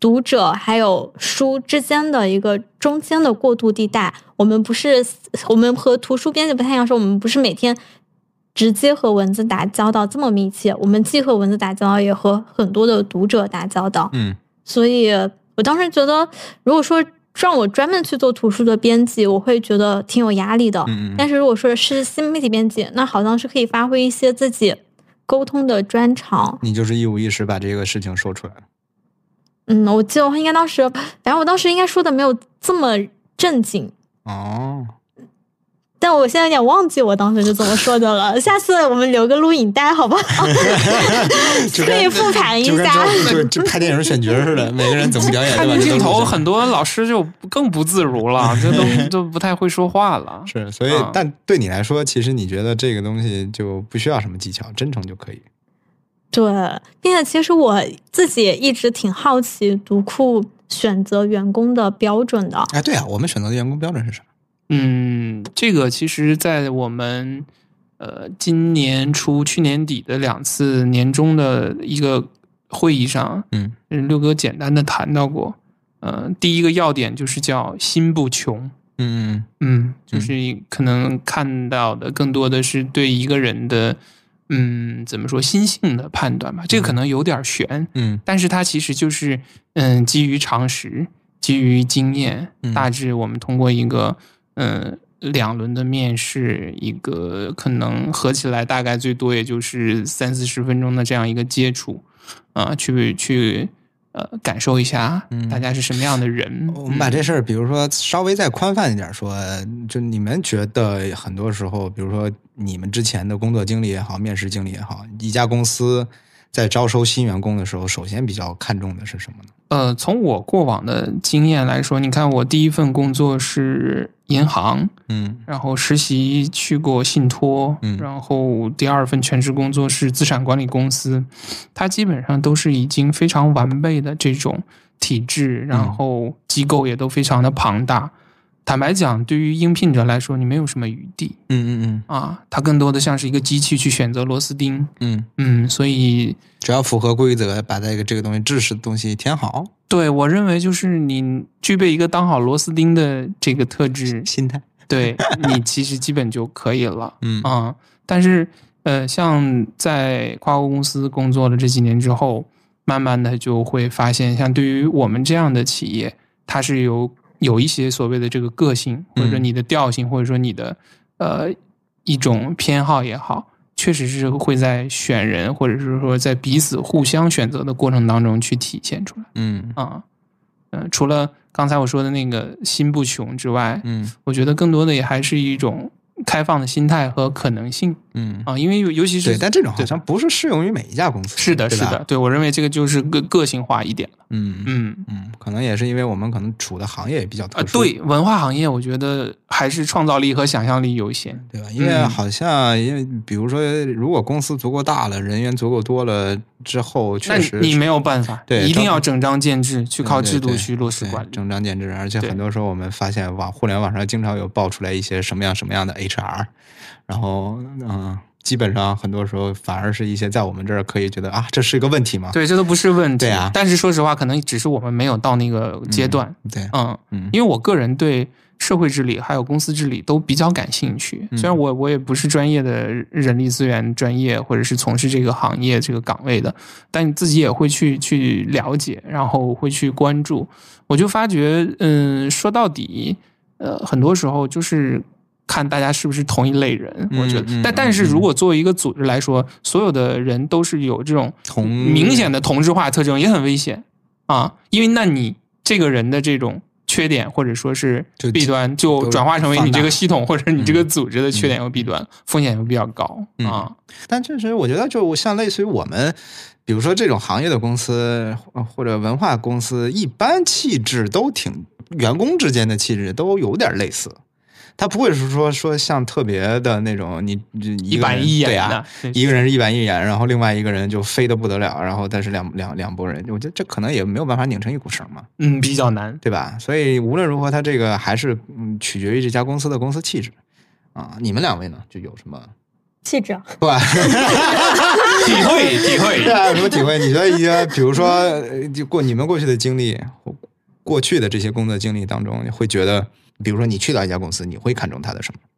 E: 读者还有书之间的一个中间的过渡地带。我们不是我们和图书编辑不太一样，是我们不是每天直接和文字打交道这么密切，我们既和文字打交道，也和很多的读者打交道。
B: 嗯
E: 所以我当时觉得，如果说让我专门去做图书的编辑，我会觉得挺有压力的。
B: 嗯嗯
E: 但是如果说是新媒体编辑，那好像是可以发挥一些自己沟通的专长。
B: 你就是一五一十把这个事情说出来了。
E: 嗯，我记得我应该当时，反正我当时应该说的没有这么正经，
B: 哦，
E: 但我现在有点忘记我当时是怎么说的了。下次我们留个录影带，好不好？
B: 就
E: 可以
B: 跟
E: 复盘一
B: 就跟
E: 下。
B: 就就拍电影选角似的，每个人怎么表演
C: 看
B: 对吧？
C: 着镜
B: 这都
C: 头，
B: 是
C: 很多老师就更不自如了，就 都都不太会说话了。
B: 是，所以
C: 嗯
B: 但对你来说，其实你觉得这个东西就不需要什么技巧，真诚就可以。
E: 对，并且其实我自己也一直挺好奇读库选择员工的标准的。
B: 哎，对啊，我们选择的员工标准是啥？
C: 嗯，这个其实，在我们呃今年初、去年底的两次年终的一个会议上，呃
B: 嗯，
C: 六哥简单的谈到过。呃，第一个要点就是叫心不穷。
B: 嗯嗯
C: 嗯，就
B: 嗯
C: 是可能看到的更多的是对一个人的，嗯，怎么说心性的判断吧。这个可能有点儿悬，
B: 嗯
C: 但是它其实就是，嗯，基于常识，基于经验
B: 嗯，
C: 大致我们通过一个，嗯，两轮的面试，一个可能合起来大概最多也就是三四十分钟的这样一个接触，啊、去去呃感受一下
B: 嗯哦
C: 大家是什么样的人。
B: 我们把
C: 嗯
B: 这事儿，比如说稍微再宽泛一点说，就你们觉得很多时候，比如说你们之前的工作经历也好，面试经历也好，一家公司在招收新员工的时候，首先比较看重的是什么呢？
C: 呃，从我过往的经验来说，你看我第一份工作是银行，
B: 嗯
C: 然后实习去过信托，
B: 嗯
C: 然后第二份全职工作是资产管理公司，它基本上都是已经非常完备的这种体制，然后机构也都非常的庞大。坦白讲，对于应聘者来说，你没有什么余地
B: 嗯嗯
C: 啊，它更多的像是一个机器去选择螺丝钉。
B: 嗯嗯，
C: 嗯，所以
B: 只要符合规则，把这个这个东西知识的东西填好，
C: 对我认为，就是你具备一个当好螺丝钉的这个特质，
B: 心态，
C: 对你其实基本就可以了。
B: 嗯
C: 啊、但是呃，像在跨国公司工作了这几年之后，慢慢的就会发现，像对于我们这样的企业，它是有有一些所谓的这个个性，或者说
B: 嗯
C: 你的调性，或者说你的呃一种偏好也好。确实是会在选人，或者是说在彼此互相选择的过程当中去体现出来
B: 嗯
C: 啊。嗯、除了刚才我说的那个心不穷之外，
B: 嗯
C: 我觉得更多的也还是一种开放的心态和可能性
B: 嗯，
C: 啊，因为尤尤其是
B: 对，但这种好
C: 对
B: 像不是适用于每一家公司，
C: 是的，
B: 对
C: 是
B: 吧
C: 的，，对我认为这个就是个个性化一点了。
B: 嗯嗯
C: 嗯，
B: 嗯，可能也是因为我们可能处的行业也比较
C: 啊，
B: 特殊，
C: 对文化行业，我觉得还是创造力和想象力优先。
B: 对吧？因为
C: 嗯
B: 好像因为比如说，如果公司足够大了，人员足够多了之后，
C: 那
B: 确
C: 你
B: 实
C: 你没有办法，
B: 对
C: 一定
B: 当
C: 要整章建制，去
B: 对
C: 靠
B: 嗯对
C: 制度
B: 对
C: 去落实
B: 对
C: 管理。
B: 整章建制，而且
C: 对
B: 很多时候我们发现网互联网上经常有爆出来一些什么样什么样的 HR，然后嗯、基本上很多时候反而是一些在我们这儿可以觉得啊，这是个问题吗？
C: 对，这都不是问题。
B: 对啊
C: 但是说实话，可能只是我们没有到那个阶段。
B: 对，
C: 嗯，
B: 嗯，
C: 因为我个人对社会治理还有公司治理都比较感兴趣，
B: 嗯
C: 虽然我我也不是专业的人力资源专业，或者是从事这个行业这个岗位的，但你自己也会去去了解，然后会去关注。我就发觉，嗯，说到底，呃，很多时候就是。看大家是不是同一类人，我觉得，
B: 嗯嗯
C: 但但是
B: 嗯嗯
C: 如果作为一个组织来说，所有的人都是有这种
B: 同
C: 明显的同质化特征，也很危险。啊，因为那你这个人的这种缺点或者说是
B: 就
C: 弊端，就
B: 都
C: 转化成为
B: 放
C: 你这
B: 大
C: 个系统或者你这个
B: 嗯
C: 组织的缺点和弊端，风险会比较高
B: 嗯
C: 啊。
B: 但确实，我觉得就像类似于我们，比如说这种行业的公司呃或者文化公司，一般气质都挺员工之间的气质都有点类似。他不会是说说像特别的那种，你你
C: 一
B: 个
C: 板
B: 人
C: 一眼
B: 对
C: 的，
B: 啊，
C: 对
B: 一个人是一板一眼，然后另外一个人就飞得不得了，然后但是两两两拨人，我觉得这可能也没有办法拧成一股绳嘛，
C: 嗯比较难。
B: 对吧？所以无论如何，他这个还是嗯取决于这家公司的公司气质啊。你们两位呢，就有什么
E: 气质啊，
B: 对吧？
C: 体会体
B: 对
C: 会，
B: 啊，有什么体会？你觉得一些，比如说，呃就过你们过去的经历，或过去的这些工作经历当中，你会觉得，比如说你去到一家公司，你会看重它的什么？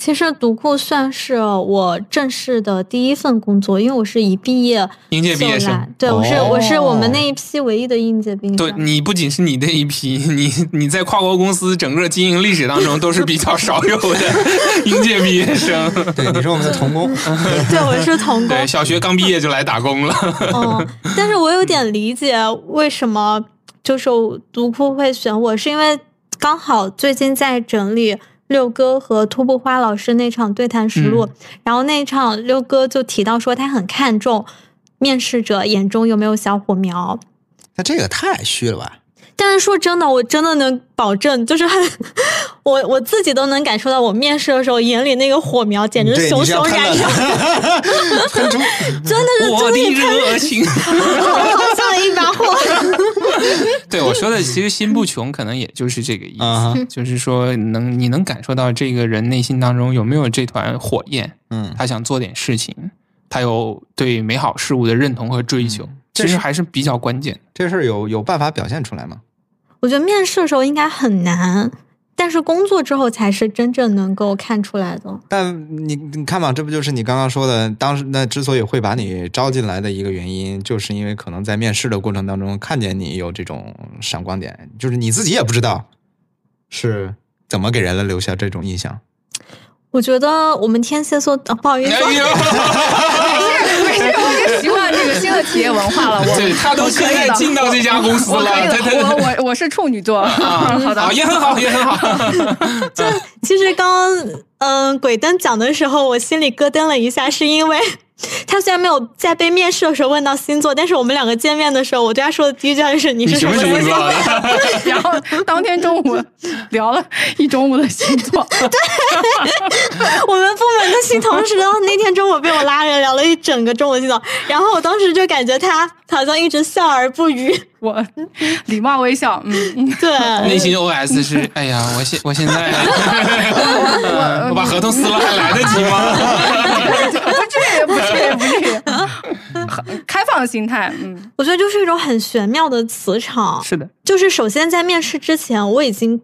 E: 其实读库算是我正式的第一份工作，因为我是一毕业
C: 应届毕业
E: 就来
C: 生，
E: 对我是、我是我
B: 哦
E: 们那一批唯一的应届毕业
C: 对
E: 生。
C: 你不仅是你的一批，你你在跨国公司整个经营历史当中都是比较少有的 应届毕业生。
B: 对，你是我们的童工，
E: 对，我 是童工
C: 对，，小学刚毕业就来打工了。
E: 哦，但是我有点理解为什么就是读库会选我，是因为刚好最近在整理六哥和秃布花老师那场对谈实录，
C: 嗯
E: 然后那场六哥就提到说他很看重面试者眼中有没有小火苗。
B: 那这个太虚了吧？
E: 但是说真的，我真的能保证，就是很 我我自己都能感受到，我面试的时候眼里那个火苗简直
B: 对，
E: 是
B: 你
E: 熊
B: 是要
E: 熊
B: 看
E: 燃
B: 到
E: 烧，
B: 它，喷出，
E: 真的是
C: 我的热情。
E: 好像一把火。
C: 对我说的，其实心不穷，可能也就是这个意思，
B: 啊
C: 就是说能你能感受到这个人内心当中有没有这团火焰，
B: 嗯，
C: 他想做点事情，他有对美好事物的认同和追求，
D: 嗯
B: 这
C: 其
B: 是
C: 实还是比较关键。
B: 这事儿有有办法表现出来吗？
E: 我觉得面试的时候应该很难，但是工作之后才是真正能够看出来的。
B: 但你你看嘛，这不就是你刚刚说的，当时那之所以会把你招进来的一个原因，就是因为可能在面试的过程当中看见你有这种闪光点，就是你自己也不知道是怎么给人留下这种印象。
E: 我觉得我们天蝎座、呃不好意思，
C: 哎呦，
D: 没事，我已经习惯这个新的企业文化了。我
C: 对他都
D: 我
C: 现
D: 可以
C: 在
D: 的
C: 进到这家公司
D: 我可
C: 了，
D: 以
C: 他
D: 的，
C: 他
D: 我我我是处女座。
C: 啊，
D: 好的，
C: 也很好，也很好。
E: 其实刚刚嗯、鬼灯讲的时候，我心里咯噔了一下，是因为 他虽然没有在被面试的时候问到星座，但是我们两个见面的时候，我对他说的第一句话就是你
C: 你
E: 是
C: 什么
E: 么
C: 什么
E: 星
C: 座啊
E: 座？
C: 了？
D: 然后当天中午聊了一中午的星座，
E: 我们部门的新同事，然后那天中午被我拉着聊了一整个中午星座，然后我当时就感觉他好像一直笑而不语，
D: 我礼貌微笑，嗯，
E: 对，
C: 内心 OS 是：哎呀，我现我现在，嗯我把合同撕了还来得及 吗？
D: 不至于，不至于，不至于， 开放心态，嗯，
E: 我觉得就是一种很玄妙的磁场。
C: 是的，
E: 就是首先在面试之前，我已经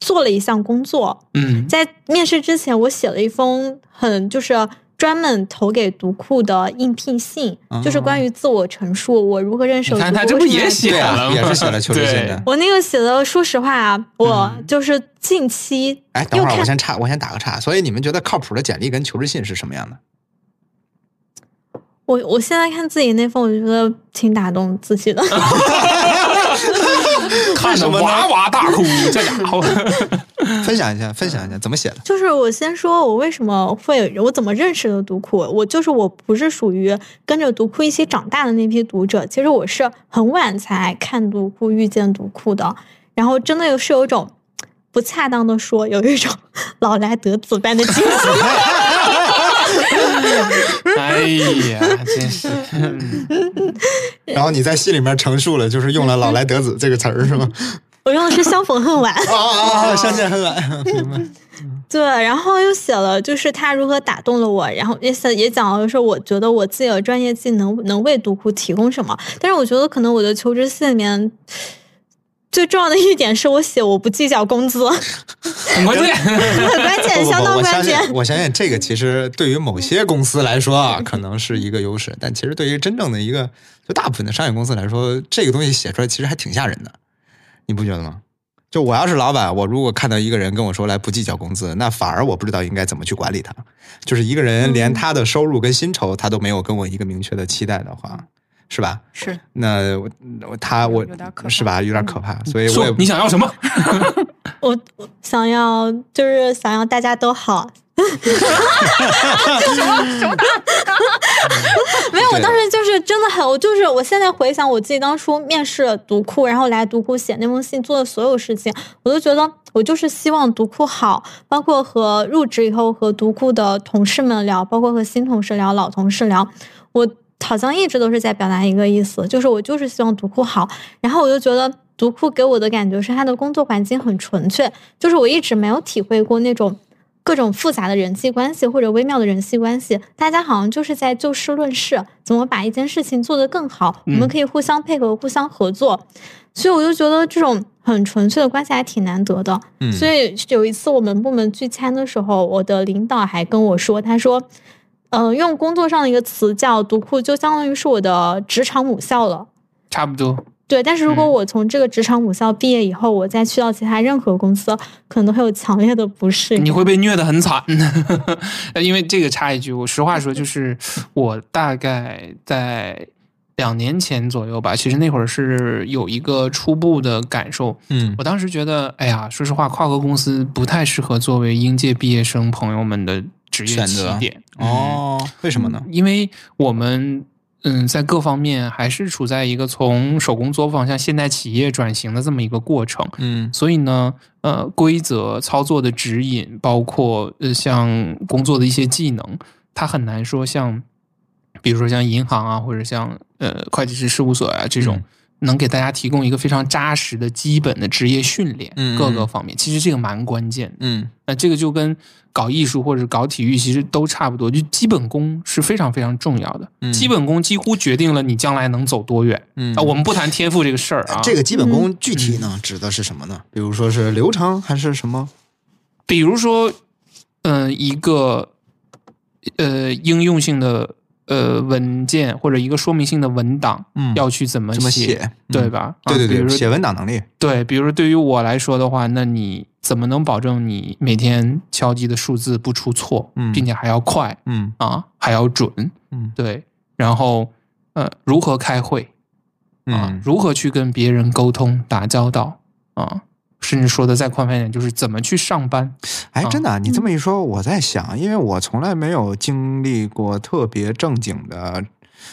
E: 做了一项工作，
C: 嗯
E: 在面试之前，我写了一封很就是专门投给读库的应聘信，就是关于自我陈述，我如何认识
C: 哦你
E: 我。
C: 看他
E: 我
C: 这不
E: 为什么
C: 也
E: 来
C: 写
B: 对
C: 了
B: 啊
C: 吗？
B: 也是写了求职信
C: 对
B: 的。
E: 我那个写的，说实话啊，我
C: 嗯
E: 就是近期
B: 哎，等会
E: 又
B: 儿
E: 看
B: 我先插，我先打个岔。所以你们觉得靠谱的简历跟求职信是什么样的？
E: 我我现在看自己那封，我觉得挺打动自 己的。
C: 看得
B: 么呢
C: 哇哇大哭，这家伙。
B: 分享一下，分享一下怎么写的？
E: 就是我先说，我为什么会，我怎么认识的读库？我就是我不是属于跟着读库一起长大的那批读者，其实我是很晚才看读库、遇见读库的。然后真的是有一种不恰当的说，有一种 老来得子般的惊喜。
C: 哎呀，真是，
B: 然后你在信里面陈述了，就是用了“老来得子”这个词儿是 吗？
E: 我用的是相逢恨晚，
B: 啊啊 啊！相见恨晚，明白。
E: 对，然后又写了就是他如何打动了我，然后也写也讲了说我觉得我自己的专业技能能为读库提供什么，但是我觉得可能我的求职信里面。最重要的一点是我写我不计较工资， 很
C: 很关 键。
E: 关键，
B: 不
E: 相
B: 不不，
E: 当
B: 我
E: 关
B: 相信
E: 键。，
B: 我相信这个其实对于某些公司来说啊，可能是一个优势，但其实对于真正的一个就大部分的商业公司来说，这个东西写出来其实还挺吓人的，你不觉得吗？就我要是老板，我如果看到一个人跟我说来不计较工资，那反而我不知道应该怎么去管理他。就是一个人
D: 嗯
B: 连他的收入跟薪酬他都没有跟我一个明确的期待的话，是吧？
D: 是
B: 那我我他我
D: 有点可怕嗯
B: 是吧？有点可怕，所以我也
C: 说你想要 什么？
E: 我我想要就是想要大家 都好，没有，我
B: 对
E: 当时就是真的很，我就是我现在回想我自己当初面试读库，然后来读库写那封信做的所有事情，我都觉得我就是希望读库好，包括和入职以后和读库的同事们聊，包括和新同事聊、老同事聊，我好像一直都是在表达一个意思，就是我就是希望读库好，然后我就觉得。读库给我的感觉是，他的工作环境很纯粹，就是我一直没有体会过那种各种复杂的人际关系或者微妙的人际关系，大家好像就是在就事论事，怎么把一件事情做得更好，我
C: 嗯
E: 们可以互相配合、互相合作。所以我就觉得这种很纯粹的关系还挺难得的。
B: 嗯
E: 所以有一次我们部门聚餐的时候，我的领导还跟我说，他说。嗯、用工作上的一个词叫“读库”，就相当于是我的职场母校了。
C: 差不多，
E: 对，但是如果
C: 嗯
E: 我从这个职场母校毕业以后，我再去到其他任何公司，可能会有强烈的不适应。
C: 你会被虐得很惨。 呃因为这个插一句，我实话说，就是我大概在两年前左右吧，其实那会儿是有一个初步的感受。
B: 嗯
C: 我当时觉得，哎呀，说实话，跨国公司不太适合作为应届毕业生朋友们的职业
B: 选
C: 起
B: 择
C: 点。嗯
B: 哦，为什么呢？
C: 因为我们嗯，在各方面还是处在一个从手工作坊向现代企业转型的这么一个过程，
B: 嗯
C: 所以呢，呃，规则操作的指引，包括呃像工作的一些技能，它很难说像，比如说像银行啊，或者像呃会计师事务所啊这种。
B: 嗯
C: 能给大家提供一个非常扎实的基本的职业训练，
B: 嗯嗯
C: 各个
B: 嗯
C: 方面，其实这个蛮关键的。
B: 嗯
C: 那这个就跟搞艺术或者搞体育其实都差不多，就基本功是非常非常重要的。
B: 嗯
C: 基本功几乎决定了你将来能走多远、
B: 嗯
C: 啊！我们不谈天赋这个事儿啊，
B: 哎这个基本功具体呢、指的是什么呢？比如说是流程还是什么？
C: 比如说，嗯、一个呃应用性的呃文件或者一个说明性的文档，
B: 嗯
C: 要去怎么
B: 怎么写
C: 对
B: 嗯
C: 吧？啊
B: 对对
C: 比
B: 对，
C: 如说
B: 写文档能力。
C: 对，比如说对于我来说的话，那你怎么能保证你每天敲击的数字不出错，
B: 嗯
C: 并且还要快
B: 嗯
C: 啊，还要准？
B: 嗯
C: 对，然后呃，如何开会啊、
B: 嗯
C: 如何去跟别人沟通、打交道啊，甚至说的再宽泛一点，就是怎么去上班。
B: 哎，
C: 啊
B: 真的啊、你这么一说，我在想，因为我从来没有经历过特别正经的，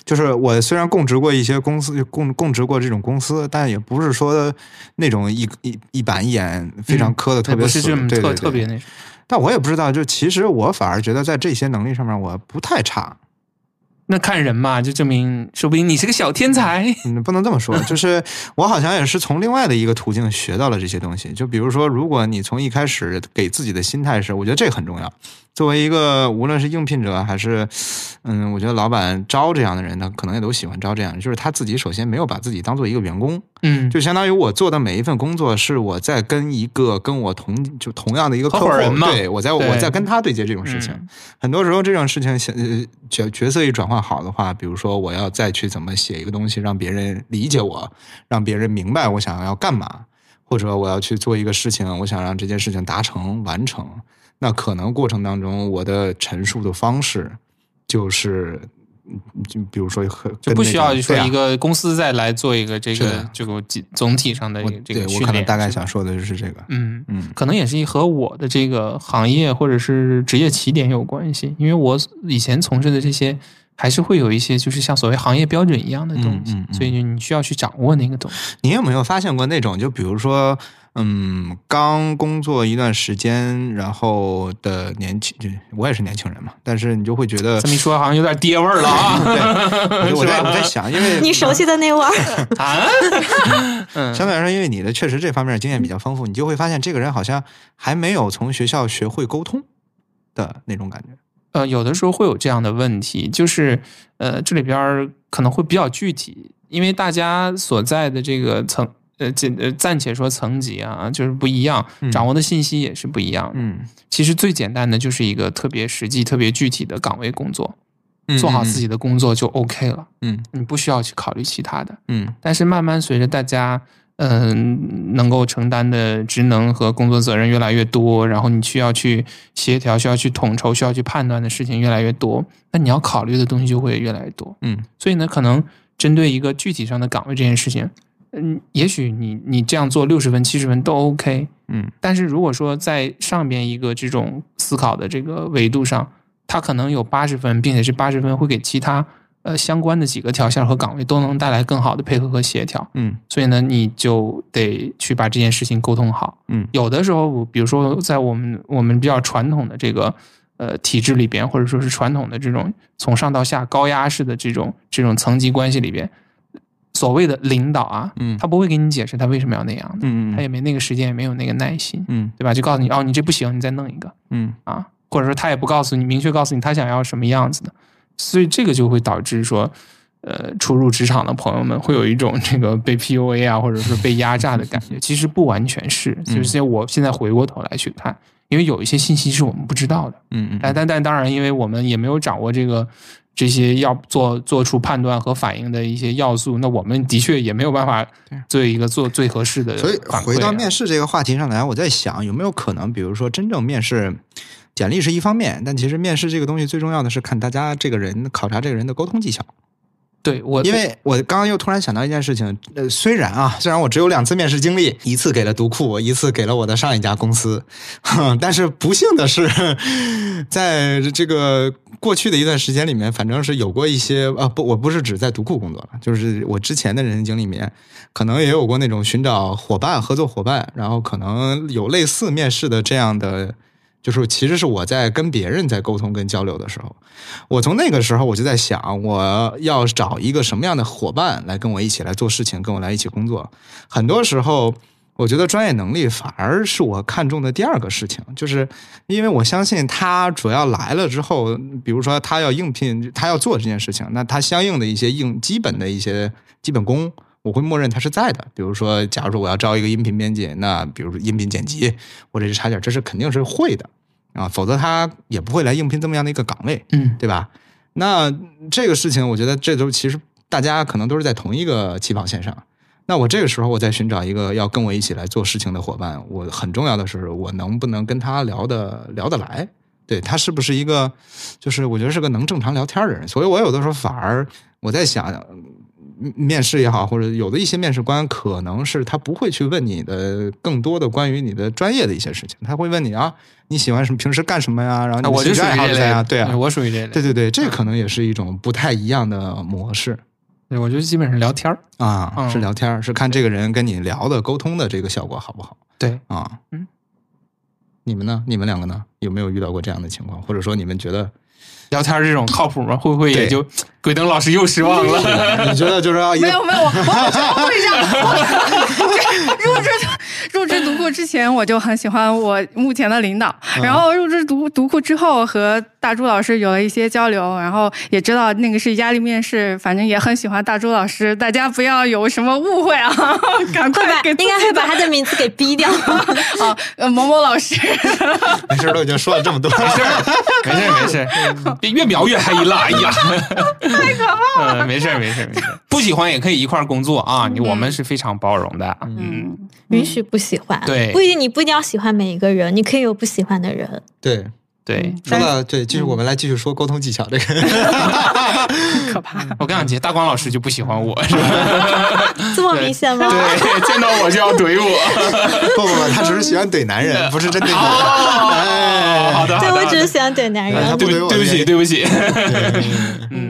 B: 就是我虽然供职过一些公司，供供职过这种公司，但也不是说那种一一一板一眼非常磕的特
C: 也
B: 别
C: 嗯不
B: 死，
C: 是这种
B: 对
C: 特
B: 对对
C: 特别那种，
B: 但我也不知道，就其实我反而觉得在这些能力上面我不太差，
C: 那看人嘛，就证明说不定你是个小天才。
B: 嗯，不能这么说， 就是我好像也是从另外的一个途径学到了这些东西。就比如说，如果你从一开始给自己的心态是，我觉得这很重要。作为一个无论是应聘者还是，嗯，我觉得老板招这样的人，他可能也都喜欢招这样，就是他自己首先没有把自己当做一个员工，
C: 嗯，
B: 就相当于我做的每一份工作是我在跟一个跟我同就同样的一个客户
C: 合伙人嘛
B: 对我在
C: 对
B: 我在跟他对接这种事情。
C: 嗯
B: 很多时候这种事情想呃角角色一转换好的话，比如说我要再去怎么写一个东西，让别人理解我，让别人明白我想要干嘛，或者我要去做一个事情，我想让这件事情达成完成。那可能过程当中，我的陈述的方式就是，嗯就比如说和
C: 就不需要说一
B: 个。对啊
C: 个公司再来做一个这
B: 是
C: 个
B: 的
C: 这个总总体上的
B: 我
C: 这个
B: 对
C: 训
B: 我
C: 练。
B: 可能大概
C: 是吧
B: 想，说的就是这个，
C: 嗯。
B: 嗯，
C: 可能也是和我的这个行业或者是职业起点有关系，因为我以前从事的这些还是会有一些就是像所谓行业标准一样的东西，
B: 嗯嗯嗯
C: 所以就你需要去掌握那个东 西。
B: 你有没有发现过那种，就比如说，嗯，刚工作一段时间，然后的年轻，就我也是年轻人嘛，但是你就会觉得
C: 这，么一说好像有点爹味儿 了
B: 对，
C: 啊！
B: 我 就我在我在想，因为
E: 你熟悉的那味儿，
C: 啊， 嗯
B: 相对来说，因为你的确实这方面经验比较丰富，你就会发现这个人好像还没有从学校学会沟通的那种感觉。
C: 呃，有的时候会有这样的问题，就是呃，这里边儿可能会比较具体，因为大家所在的这个层，呃，这呃暂且说层级啊，就是不一样，掌握的信息也是不一样的。
B: 嗯，
C: 其实最简单的就是一个特别实际、特别具体的岗位工作，做好自己的工作就 OK 了。
B: 嗯，
C: 你不需要去考虑其他的。
B: 嗯，
C: 但是慢慢随着大家嗯、能够承担的职能和工作责任越来越多，然后你需要去协调、需要去统筹、需要去判断的事情越来越多，那你要考虑的东西就会越来越多。
B: 嗯，
C: 所以呢，可能针对一个具体上的岗位这件事情，嗯，也许你你这样做六十分、七十分都 OK，
B: 嗯，
C: 但是如果说在上边一个这种思考的这个维度上，它可能有八十分，并且是八十分会给其他呃相关的几个条线和岗位都能带来更好的配合和协调。
B: 嗯，
C: 所以呢，你就得去把这件事情沟通好。
B: 嗯
C: 有的时候，我比如说在我们我们比较传统的这个呃体制里边，或者说是传统的这种从上到下高压式的这种这种层级关系里边，所谓的领导啊，
B: 嗯
C: 他不会给你解释他为什么要那样的，
B: 嗯嗯
C: 他也没那个时间，也没有那个耐心，
B: 嗯
C: 对吧？就告诉你哦，你这不行，你再弄一个
B: 嗯
C: 啊，或者说他也不告诉你，明确告诉你他想要什么样子的，所以这个就会导致说。呃，初入职场的朋友们会有一种这个被 PUA 啊，或者说被压榨的感觉。其实不完全是，就是我现在回过头来去看，因为有一些信息是我们不知道的。
B: 嗯
C: 但但但当然，因为我们也没有掌握这个这些要做做出判断和反应的一些要素，那我们的确也没有办法做一个做最合适的
B: 所以
C: 反馈
B: 回到
C: 啊
B: 面试这个话题上来，我在想有没有可能，比如说真正面试，简历是一方面，但其实面试这个东西最重要的是看大家这个人考察这个人的沟通技巧。
C: 对我，
B: 因为我刚刚又突然想到一件事情，呃，虽然啊，虽然我只有两次面试经历，一次给了读库，一次给了我的上一家公司， 哼但是不幸的是， 在这个过去的一段时间里面，反正是有过一些啊，不，我不是只在读库工作了，就是我之前的人生经历里面，可能也有过那种寻找伙伴、合作伙伴，然后可能有类似面试的这样的。就是其实是我在跟别人在沟通跟交流的时候，我从那个时候我就在想，我要找一个什么样的伙伴来跟我一起来做事情，跟我来一起工作。很多时候，我觉得专业能力反而是我看重的第二个事情，就是因为我相信他主要来了之后，比如说他要应聘，他要做这件事情，那他相应的一些硬基本的一些基本功。我会默认他是在的，比如说，假如说我要招一个音频编辑，那比如说音频剪辑或者是插件，这是肯定是会的啊，否则他也不会来应聘这么样的一个岗位。
C: 嗯，
B: 对吧？那这个事情，我觉得这都其实大家可能都是在同一个起跑线上。那我这个时候，我在寻找一个要跟我一起来做事情的伙伴，我很重要的是，我能不能跟他聊得聊得来？对他是不是一个，就是我觉得是个能正常聊天的人。所以我有的时候反而我在想，嗯面试也好，或者有的一些面试官可能是他不会去问你的更多的关于你的专业的一些事情，他会问你啊，你喜欢什么，平时干什么呀？然后
C: 啊
B: 你
C: 我
B: 的
C: 就
B: 兴
C: 属
B: 趣爱
C: 于
B: 好
C: 这
B: 是
C: 类
B: 啥呀？
C: 的，嗯
B: 对啊，
C: 我属于这类，
B: 对对对，这可能也是一种不太一样的模式
C: 对，我就基本上聊天儿，
B: 啊，
C: 嗯
B: 是聊天儿，是看这个人跟你聊的沟通的这个效果好不好
C: 对，
B: 啊？
C: 嗯，
B: 你们呢？你们两个呢？有没有遇到过这样的情况？或者说你们觉得
C: 聊天这种靠谱吗？会不会也就鬼灯老师又失 望了？
B: 你觉得就是啊，一
D: 没有没有，我我觉得会让我入职入职读库之前，我就很喜欢我目前的领导。然后入职读读库之后，和大朱老师有了一些交流，然后也知道那个是压力面试，反正也很喜欢大朱老师。大家不要有什么误 会啊，赶
E: 会
D: 快
E: 把
D: 给自
E: 应该
D: 己
E: 会
D: 的
E: 把他的名字给逼 掉。嗯
D: 哦，呃某某老 师，
B: 没事儿都已经说了这么多，
C: 没事儿，没事儿，没事 儿，别越描越黑了。哎 呀，
D: 太可怕了。
C: 呃，没事儿，没事儿，没事儿，不喜欢也可以一块儿工作啊。你我们是非常包容的。嗯，
D: 嗯，
E: 允许不喜欢，
C: 对
E: 不一定你不一定要喜欢每一个人，你可以有不喜欢的人。
B: 对，
C: 对，
B: 说到对，
C: 嗯
B: 就是我们来继续说沟通技巧这个。
D: 可怕。
C: 我跟你讲，大光老师就不喜欢 我，是吧？
E: 这么明显吗？
C: 对，见到我就要怼我。
B: 不不不，他只是喜欢怼男 人，不是真的。
C: 哦，好的，好的
E: 对，我只是
C: 好
E: 喜欢怼男
B: 哎他
E: 人
B: 不。
C: 的
B: 怼
C: 对
B: 我
C: 不对不起，对不起。嗯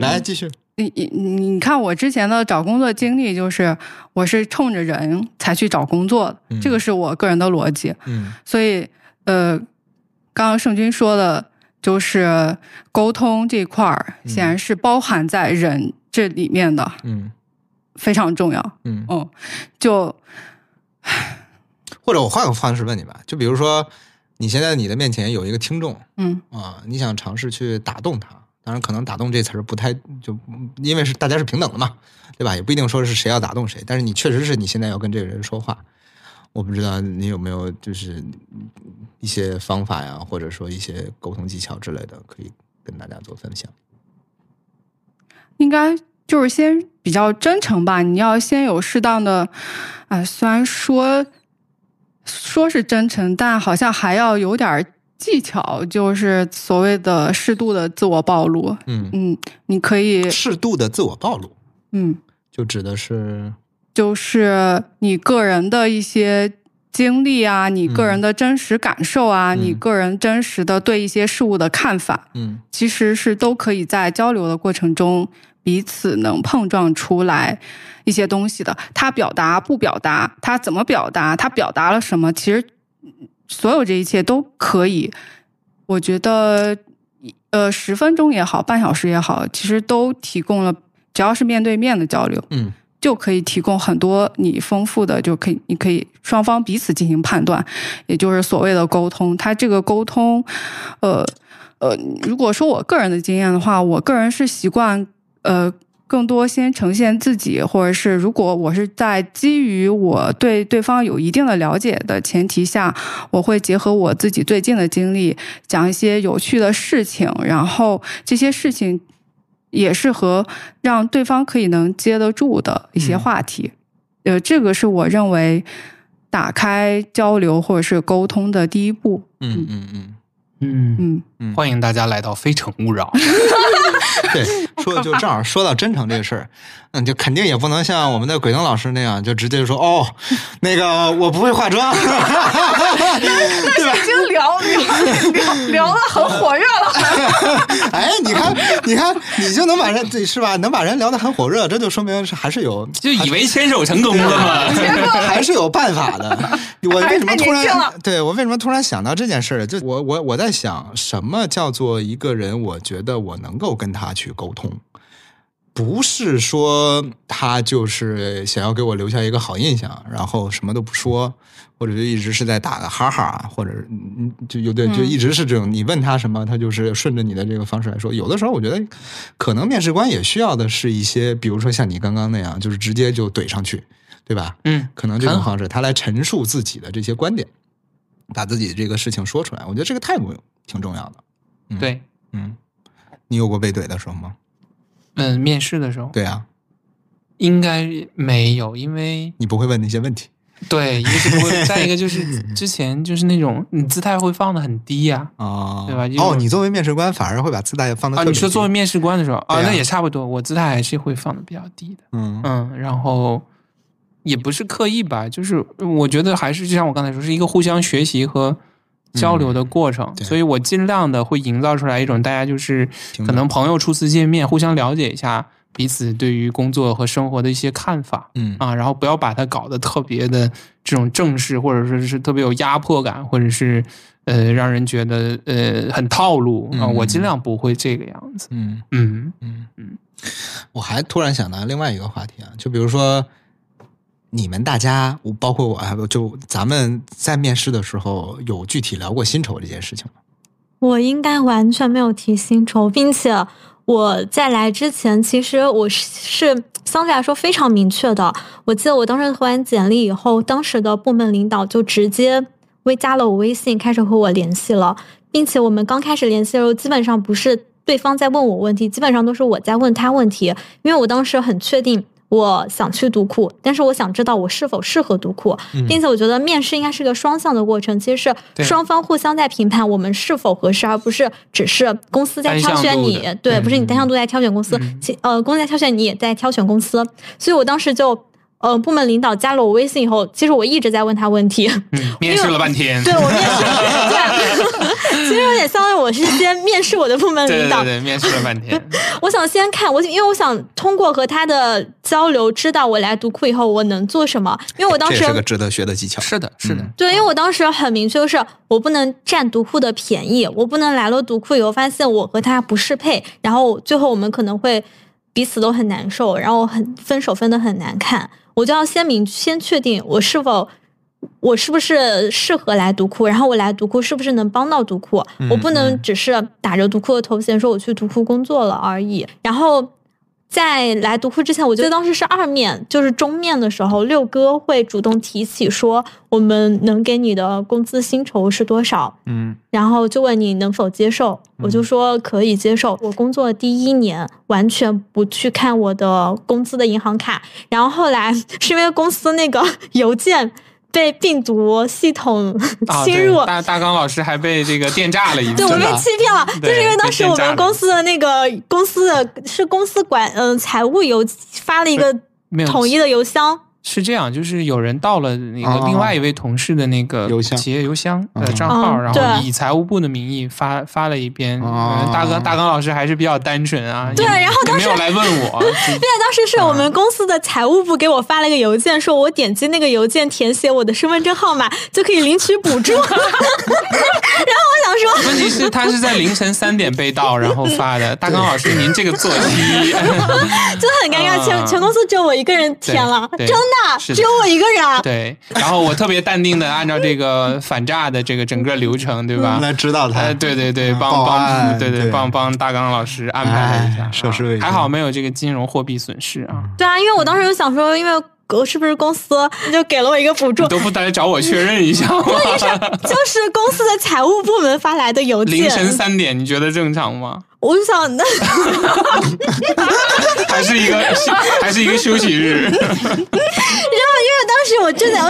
B: 对来继续，
D: 你你你你看我之前的找工作经历，就是我是冲着人才去找工作的，
B: 嗯
D: 这个是我个人的逻辑。
B: 嗯
D: 所以，呃，刚刚圣君说的，就是沟通这块儿，
B: 嗯
D: 显然是包含在人这里面的，
B: 嗯
D: 非常重要。
B: 嗯。
D: 嗯，就
B: 或者我换个方式问你吧，就比如说你现在你的面前有一个听众
D: 嗯
B: 啊，你想尝试去打动他，当然可能打动这词儿不太就因为是大家是平等的嘛，对吧？也不一定说是谁要打动谁，但是你确实是你现在要跟这个人说话。我不知道你有没有就是一些方法呀，或者说一些沟通技巧之类的，可以跟大家做分享。
D: 应该就是先比较真诚吧，你要先有适当的，啊、虽然说说是真诚，但好像还要有点儿技巧，就是所谓的适度的自我暴露。
B: 嗯，
D: 嗯，你可以，
B: 适度的自我暴露，
D: 嗯，
B: 就指的是
D: 就是你个人的一些经历啊，你个人的真实感受啊，
B: 嗯
D: 你个人真实的对一些事物的看法，
B: 嗯
D: 其实是都可以在交流的过程中彼此能碰撞出来一些东西的。他表达不表达，他怎么表达，他表达了什么，其实所有这一切都可以。我觉得，呃，十分钟也好，半小时也好，其实都提供了，只要是面对面的交流，
B: 嗯
D: 就可以提供很多你丰富的，就可以你可以双方彼此进行判断，也就是所谓的沟通。它这个沟通，呃呃，如果说我个人的经验的话，我个人是习惯呃更多先呈现自己，或者是如果我是在基于我对对方有一定的了解的前提下，我会结合我自己最近的经历，讲一些有趣的事情，然后这些事情也是和让对方可以能接得住的一
B: 嗯
D: 些话题。呃，这个是我认为打开交流或者是沟通的第一步。
B: 嗯嗯嗯，
C: 嗯，
D: 嗯
C: 欢迎大家来到《非诚勿扰》。
B: 对，说的就正好说到真诚这个事儿，嗯，就肯定也不能像我们的鬼灯老师那样，就直接就说哦，那个我不会化妆，
D: 已经聊聊聊聊的很火热了。
B: 哎，你看，你看，你就能把人对是吧？能把人聊得很火热，这就说明是还是有
C: 就以为牵手成功 了嘛。
B: 还是有办法的。 我为什么突
D: 太年轻了
B: 然对我为什么突然想到这件事儿？就我我我在想，什么叫做一个人？我觉得我能够跟他去沟通，不是说他就是想要给我留下一个好印象，然后什么都不说，或者就一直是在打个哈哈，或者嗯就有点就一直是这种。你问他什么，他就是顺着你的这个方式来说。有的时候，我觉得可能面试官也需要的是一些，比如说像你刚刚那样，就是直接就怼上去，对吧？
C: 嗯，
B: 可能这种
C: 很好
B: 方式，他来陈述自己的这些观点，把自己这个事情说出来。我觉得这个态度挺重要的。
C: 对，
B: 嗯，你有过被怼的时候吗？
C: 嗯，面试的时候
B: 对啊，
C: 应该没有，因为
B: 你不会问那些问题。
C: 对，一个是不会，再一个就是 之前就是那种你姿态会放的很低呀、
B: 哦，
C: 对吧因为
B: 哦，你作为面试官反而会把姿态放
C: 啊。
B: 到
C: 你说作为面试官的时候啊，
B: 对啊
C: 那也差不多，我姿态还是会放的比较低的。
B: 嗯
C: 嗯，然后也不是刻意吧，就是我觉得还是就像我刚才说，是一个互相学习和交流的过程，
B: 嗯对
C: 所以我尽量的会营造出来一种大家就是
B: 平
C: 可
B: 等
C: 能朋友初次见面，互相了解一下彼此对于工作和生活的一些看法，
B: 嗯
C: 啊，然后不要把它搞得特别的这种正式，或者说是特别有压迫感，或者是呃让人觉得呃很套路啊。
B: 嗯
C: 我尽量不会这个样子。
B: 嗯
C: 嗯
B: 嗯嗯，我还突然想到另外一个话题啊，就比如说你们大家，我包括我啊，就咱们在面试的时候有具体聊过薪酬这件事情吗？
E: 我应该完全没有提薪酬，并且我在来之前，其实我是是相对来说非常明确的。我记得我当时投完简历以后，当时的部门领导就直接微加了我微信，开始和我联系了，并且我们刚开始联系的时候，基本上不是对方在问我问题，基本上都是我在问他问题，因为我当时很确定。我想去读库，但是我想知道我是否适合读库，并且我觉得面试应该是个双向的过程，其实是
C: 嗯对
E: 双方互相在评判我们是否合适，而不是只是公司在
C: 单
E: 挑
C: 向
E: 选
C: 度
E: 你
C: 的，
E: 对，不是你单向度在挑选公司
C: 嗯，
E: 其呃，公司在挑选你也在挑选公司，所以我当时就。呃，部门领导加了我微信以后，其实我一直在问他问 题，
C: 嗯，面试了半天，
E: 对我面试，对， 其实有点相当于我是先面试我的部门
C: 对
E: 领
C: 对
E: 导，
C: 对对，面试了半天。
E: 我想先看我，因为我想通过和他的交流，知道我来读库以后我能做什么，因为我当
B: 这
E: 时
B: 也是个值得学的技巧。
C: 是的，是的，
E: 对，因为我当时很明确，就是我不能占读库的便宜，我不能来了读库以后发现我和他不适配，然后最后我们可能会彼此都很难受，然后很分手分的很难看，我就要先明先确定我是否。我是不是适合来读库？然后我来读库是不是能帮到读库？我不能只是打着读库的头衔说我去读库工作了而已。然后在来读库之前，我觉得当时是二面，就是中面的时候，六哥会主动提起说我们能给你的工资薪酬是多少，
B: 嗯
E: 然后就问你能否接受。我
C: 嗯
E: 就说可以接受。我工作第一年完全不去看我的工资的银行卡，然后后来是因为公司那个邮件。被病毒系统
C: 啊，
E: 侵
C: 对
E: 入，
C: 大大刚老师还被这个电炸了一次，
E: 对我被
C: 啊
E: 欺骗了，就
C: 对
E: 是因为当
C: 被
E: 时
C: 骗
E: 我
C: 炸
E: 们
C: 了
E: 公司的那个公司的是公司管嗯、呃财务邮发了一个
C: 没有
E: 统一的邮箱，
C: 是这样，就是有人盗了那
B: 哦
C: 个另外一位同事的那个
B: 邮箱
C: 企业邮箱
B: 嗯
C: 呃账号，
E: 嗯
C: 然
E: 对
C: 后以财务部的名义发发了一遍。
B: 哦
C: 呃大刚大刚老师还是比较单纯啊，
E: 对
C: 也
E: 然后
C: 也
E: 当
C: 没
E: 时
C: 有来问我， 只
E: 对，当时是我们公司的财务部给我发了一个邮件，说我点击那个邮件填写我的身份证号码就可以领取补 助。然后我想说，
C: 问题是他是在凌晨三点被盗，然后发的。大刚老师，您这个作 息，
E: 就很尴尬，全
C: 啊
E: 全公司只有我一个人填了，
C: 对对
E: 真的
C: 是的
E: 只有我一个人啊。
C: 对。然后我特别淡定的按照这个反诈的这个整个流程，对吧？
B: 来知道他，
C: 哎，对对对，
B: 嗯
C: 帮
B: 报
C: 帮，
B: 案
C: 对
B: 对
C: 帮帮大刚老师安排了一下
B: 哎
C: 啊，
B: 涉世未深
C: 还好没有这个金融货币损失啊，
E: 对啊，因为我当时就想说，因为我是不是公司就给了我一个补助
C: 你，都不来找我确认一下吗？
E: 就是公司的财务部门发来的邮件。
C: 凌晨三点，你觉得正常吗？
E: 我就想，那
C: 还是一个休还是一个休息 日？
E: 当时我真的，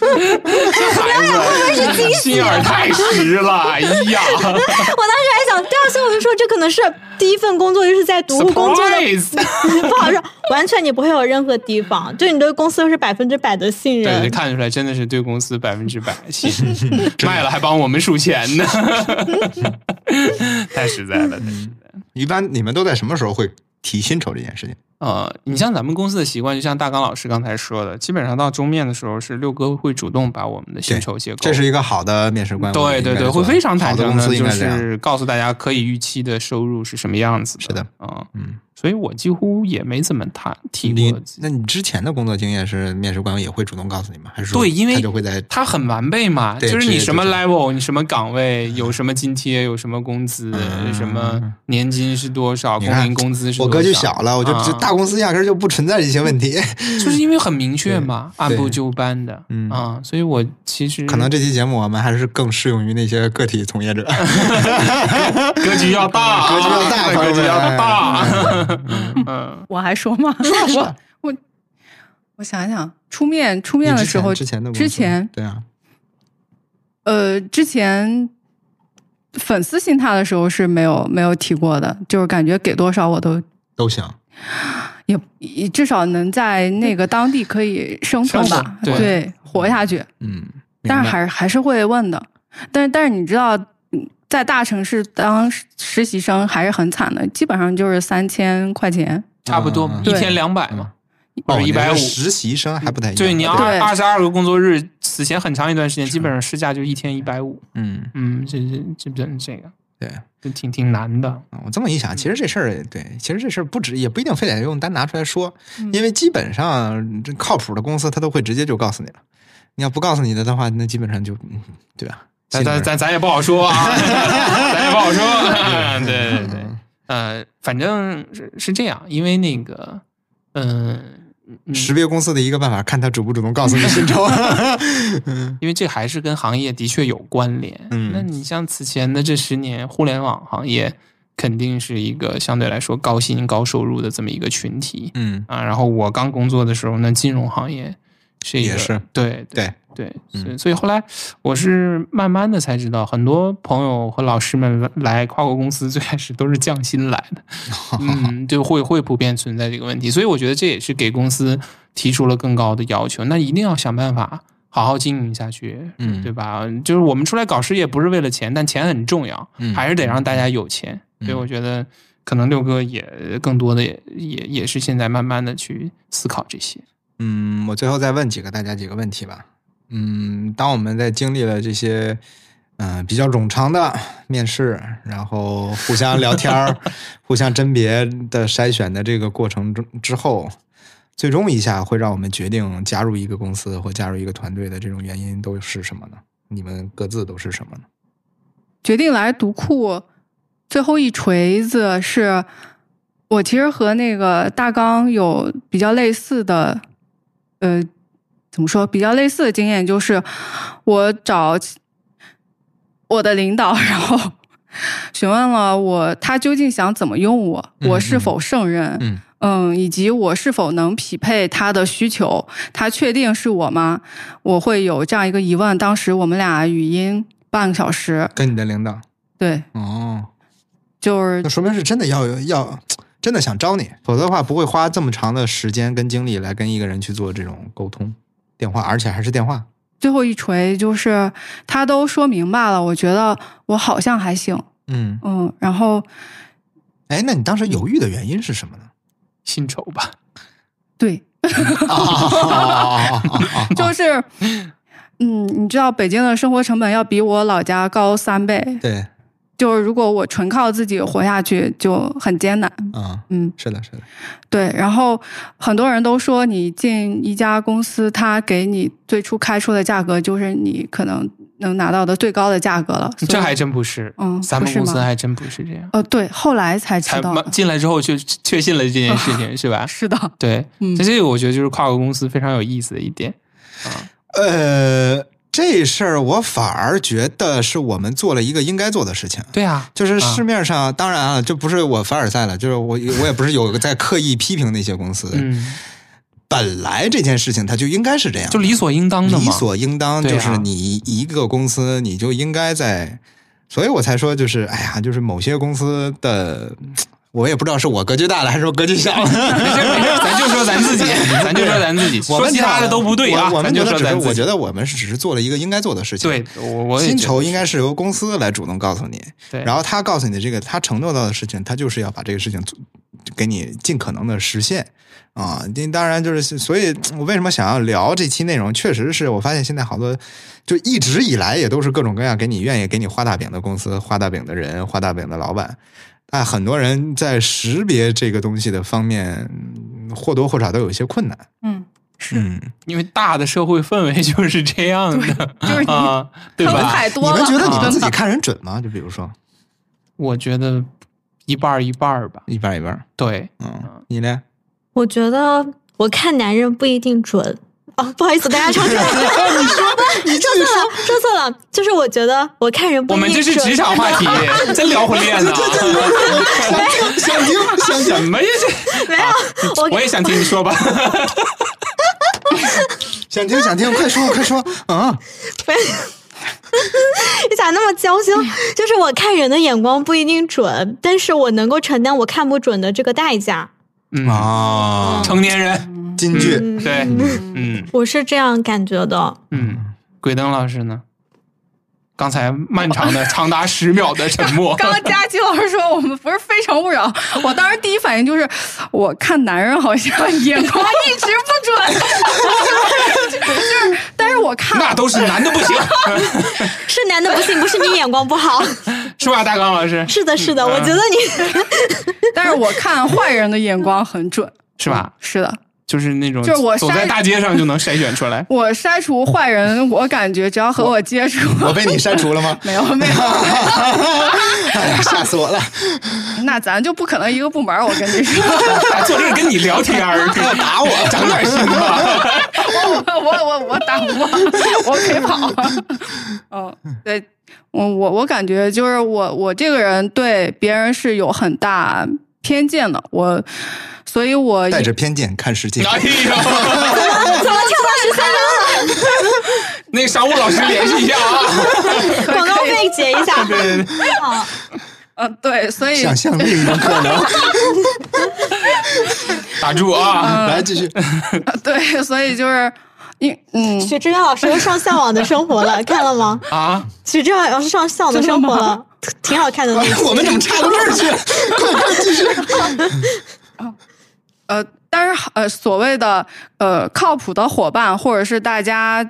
C: 啊孩子心眼儿太实了，哎呀
E: 我当时还想，对啊，所以我就说这可能是第一份工作，就是在读物工作的，
C: ，surprise！
E: 不好说，完全你不会有任何提防，对你对公司是百分之百的信
C: 对，
E: 任。
C: 看出来真的是对公司百分之百信任，卖了还帮我们数钱 呢，太实在了，太实在了。
B: 一般你们都在什么时候会提薪酬这件事情？
C: 呃，你像咱们公司的习惯，就像大刚老师刚才说的，基本上到终面的时候，是六哥会主动把我们的薪酬结构，
B: 这是一个好的面试官，我
C: 哦对
B: 应该
C: 对对，
B: 做
C: 会非常坦
B: 好的
C: 诚
B: 公
C: 的，
B: 司应
C: 就
B: 该这样。
C: 是告诉大家可以预期的收入是什么样子的。
B: 是的，
C: 嗯
B: 嗯，
C: 所以我几乎也没怎么谈提
B: 你
C: 过。
B: 那你之前的工作经验是面试官也会主动告诉你吗？还是说
C: 对，因为
B: 他就会在
C: 他很完备嘛，
B: 对
C: 就是
B: 直
C: 你
B: 接
C: 什么
B: 就知
C: level，你什么岗位，有什么津贴，有什么工资，
B: 嗯
C: 什么年金是多少，
B: 你
C: 工
B: 看
C: 龄工资是多
B: 我
C: 少。
B: 格局小了，我就
C: 啊
B: 就大公司压根儿就不存在这些问题。
C: 就是因为很明确嘛，按部就班的，
B: 嗯
C: 啊，所以我其
D: 嗯
C: 实
B: 可能这期节目我们还是更适用于那些个体从业 者。
C: 格局要大，
B: 格局要大哎朋
C: 哎
B: 友
C: 格
B: 们
C: 局要大， 嗯，
D: 我还说吗？ 我我我想想，出面出面的时候，
B: 你之前之前的公司
D: 之前
B: 对啊，
D: 呃之前粉丝信他的时候是没有没有提过的，就是感觉给多少我都
B: 都行。
D: 也也至少能在那个当地可以生存
C: 生
D: 吧，
C: 活对
D: 对，活下去。
B: 嗯，明白
D: 但是还是还是会问的。但是但是你知道，嗯在大城市当实习生还是很惨的，基本上就是三千块钱。
C: 差不
B: 嗯
C: 多嘛
D: 对
C: 一天两百嘛，或
B: 哦，
C: 者一百五
B: 你。是实习生还不太一样。
C: 对，你要
D: 对
C: 二十二个工作日，此前很长一段时间，基本上市价就一天一百五。
B: 嗯，
C: 嗯，这这这这这个，
B: 对，啊
C: 就挺挺难的。
B: 我这么一想，其实这事儿对，其实这事儿不止，也不一定非得用单拿出来说，
D: 嗯
B: 因为基本上这靠谱的公司，他都会直接就告诉你了。你要不告诉你的的话，那基本上就，嗯对吧？
C: 咱咱咱咱也不好说啊， 咱也不好说。啊 对对对，呃，反正是是这样，因为那个，嗯、嗯
B: 识别公司的一个办法，看他主不主动告诉你薪 酬。
C: 嗯因为这还是跟行业的确有关联。
B: 嗯
C: 那你像此前的这十年，互联网行业肯定是一个相对来说高薪高收入的这么一个群体
B: 嗯，
C: 啊。然后我刚工作的时候呢，金融行业是一个
B: 也是
C: 对
B: 对，
C: 对，
B: 嗯
C: 所以所以后来我是慢慢的才知道，很多朋友和老师们来跨国公司最开始都是降薪来 的，嗯，就会会普遍存在这个问题，所以我觉得这也是给公司提出了更高的要求，那一定要想办法好好经营下去，
B: 嗯
C: 对吧？就是我们出来搞事业不是为了钱，但钱很重要，
B: 嗯
C: 还是得让大家有钱，所以我觉得可能六哥也更多的也也也是现在慢慢的去思考这些，
B: 嗯，我最后再问几个大家几个问题吧。嗯，当我们在经历了这些嗯、呃比较冗长的面试，然后互相聊天儿、 互相甄别的筛选的这个过程中之后，最终一下会让我们决定加入一个公司或加入一个团队的这种原因都是什么呢？你们各自都是什么呢？
D: 决定来读库，最后一锤子是我其实和那个大纲有比较类似的，呃，怎么说比较类似的经验，就是我找我的领导， 然后询问了我他究竟想怎么用我，
B: 嗯
D: 我是否胜任，
B: 嗯
D: 嗯，以及我是否能匹配他的需求，他确定是我吗？我会有这样一个疑问。当时我们俩语音半个小时，
B: 跟你的领导
D: 对，
B: 哦，
D: 就 是
B: 那说明是真的要要真的想招你，否则的话不会花这么长的时间跟精力来跟一个人去做这种沟通电话，而且还是电话。
D: 最后一锤，就是他都说明白了，我觉得我好像还行，
B: 嗯，
D: 嗯，然后
B: 哎，那你当时犹豫的原因是什么呢？
C: 薪酬吧。
D: 对，
C: 啊
D: 就是，嗯，你知道北京的生活成本要比我老家高三倍，
B: 对，
D: 就是如果我纯靠自己活下去就很艰难，
B: 啊，
D: 嗯，
B: 是的，是的，
D: 对。然后很多人都说，你进一家公司，他给你最初开出的价格就是你可能能拿到的最高的价格了，所以
C: 这还真不是，
D: 嗯
C: 咱
D: 不
C: 们
D: 是
C: 公司
D: 吗
C: 还真不是这样，
D: 呃，对，后来才知
C: 才
D: 道
C: 慢
D: 的，
C: 进来之后就确信了这件事 情，是吧？
D: 是 的，
C: 对，
D: 嗯
C: 这这个我觉得就是跨国公司非常有意思的一点，
B: 嗯
C: 啊
B: 呃，这事儿我反而觉得是我们做了一个应该做的事情。
C: 对啊，
B: 就是市面上，当然啊，这不是我凡尔赛了，就是我我也不是有在刻意批评那些公司。
C: 嗯，
B: 本来这件事情它就应该是这样的，
C: 就理所应当的嘛，
B: 理 所应当，
C: 对啊
B: 就是你一个公司你就应该在，所以我才说就是，哎呀，就是某些公司的，我也不知道是我格局大了还是我格局小 了。
C: 没事没事，咱就说咱 自己，咱就说咱自己，
B: 我
C: 说
B: 们
C: 其他的都不对啊，
B: 我我
C: 咱
B: 们
C: 就
B: 觉
C: 说
B: 得只是
C: 咱自己，
B: 我觉得我们是只是做了一个应该做的事情。
C: 对，，我我也
B: 薪
C: 觉得
B: 酬应该
C: 是，
B: 是由公司来主动告诉你，
C: 对，
B: 然后他告诉你的这个他承诺到的事情，他就是要把这个事情做给你尽可能的实现啊。那当然就是，所以我为什么想要聊这期内容，确实是我发现现在好多就一直以来也都是各种各样给你愿意给你画大饼的公司、画大饼的人、画大饼的老板。但很多人在识别这个东西的方面，嗯或多或少都有一些困难。
D: 嗯，是。
B: 嗯，
C: 因为大的社会氛围就是这样的，
D: 就是你
C: 啊，对
D: 他们
C: 吧？
D: 太
B: 你
D: 多了。啊
B: 们觉得你们自己看人准吗？就比如说
C: 我觉得一半儿一半儿吧，
B: 一半儿一半儿，
C: 对，
B: 嗯，你呢？
E: 我觉得我看男人不一定准哦，不好意思，大 家重听。你说吧， 你说错了，说错了，就是我觉得我看人不
C: 我
E: 一定
C: 们
E: 准。
C: 这是职场话 题，真聊啊婚恋呢，
B: 想听想听
C: 什么呀这？
E: 没 有，我
C: 我也想听你说 吧。
B: 想听想听，快说快说，嗯，
E: 你咋那么娇
B: 哎
E: 羞？就是我看人的眼光不一定准，但是我能够承担我看不准的这个代价。
C: 嗯，
B: 啊，
C: 成年人，
B: 金句，
E: 嗯，
C: 对，嗯
E: 我是这样感觉的。
C: 嗯，鬼灯老师呢？刚才漫长 的长达十秒的沉默。
D: 刚刚佳琪老师说我们不是《非诚勿扰》，我当时第一反应就是，我看男人好像眼光一直不准， 就是，但是我看
C: 那都是男的不 行，
E: 是男的不行，不是你眼光不 好。
C: 是吧，大刚老师？嗯
E: 是的，是的，我觉得
B: 嗯
E: 你
D: 但是我看坏人的眼光很准，
C: 是吧？
D: 是的，
C: 就是那种
D: 就是我
C: 走
D: 杀。
C: 在大街上就能筛选出来
D: 我筛除坏人，我感觉只要和我接触， ？
B: 我被你删除了吗
D: 没有没有，
B: 哎吓死我了！
D: 那咱就不可能一个部门儿，我跟你说。
C: 还坐这儿跟你聊天 儿，要打我，长点心吧。
D: 我我我我打不过， 我可以跑。 嗯，对我我我感觉就是我我这个人对别人是有很大偏见的，我所以我
B: 带着偏见看世界，
C: 哎呦，
E: 怎么跳到十三了？
C: 那个商务老师联系一下 啊。
E: 广告费结一下。
B: 对
E: 啊
D: 嗯对，所以
B: 想象另一种可能。
C: 打住啊！
B: 来继续，
D: 对，所以就是因嗯，
E: 许志远老师又上向往的生活了，看了吗？
C: 啊，
E: 许志远老师上向往的生活了，挺好看的那一 期。
B: 我们怎么差到这儿去了？
D: 呃，但是呃，所谓的呃靠谱的伙伴，或者是大家，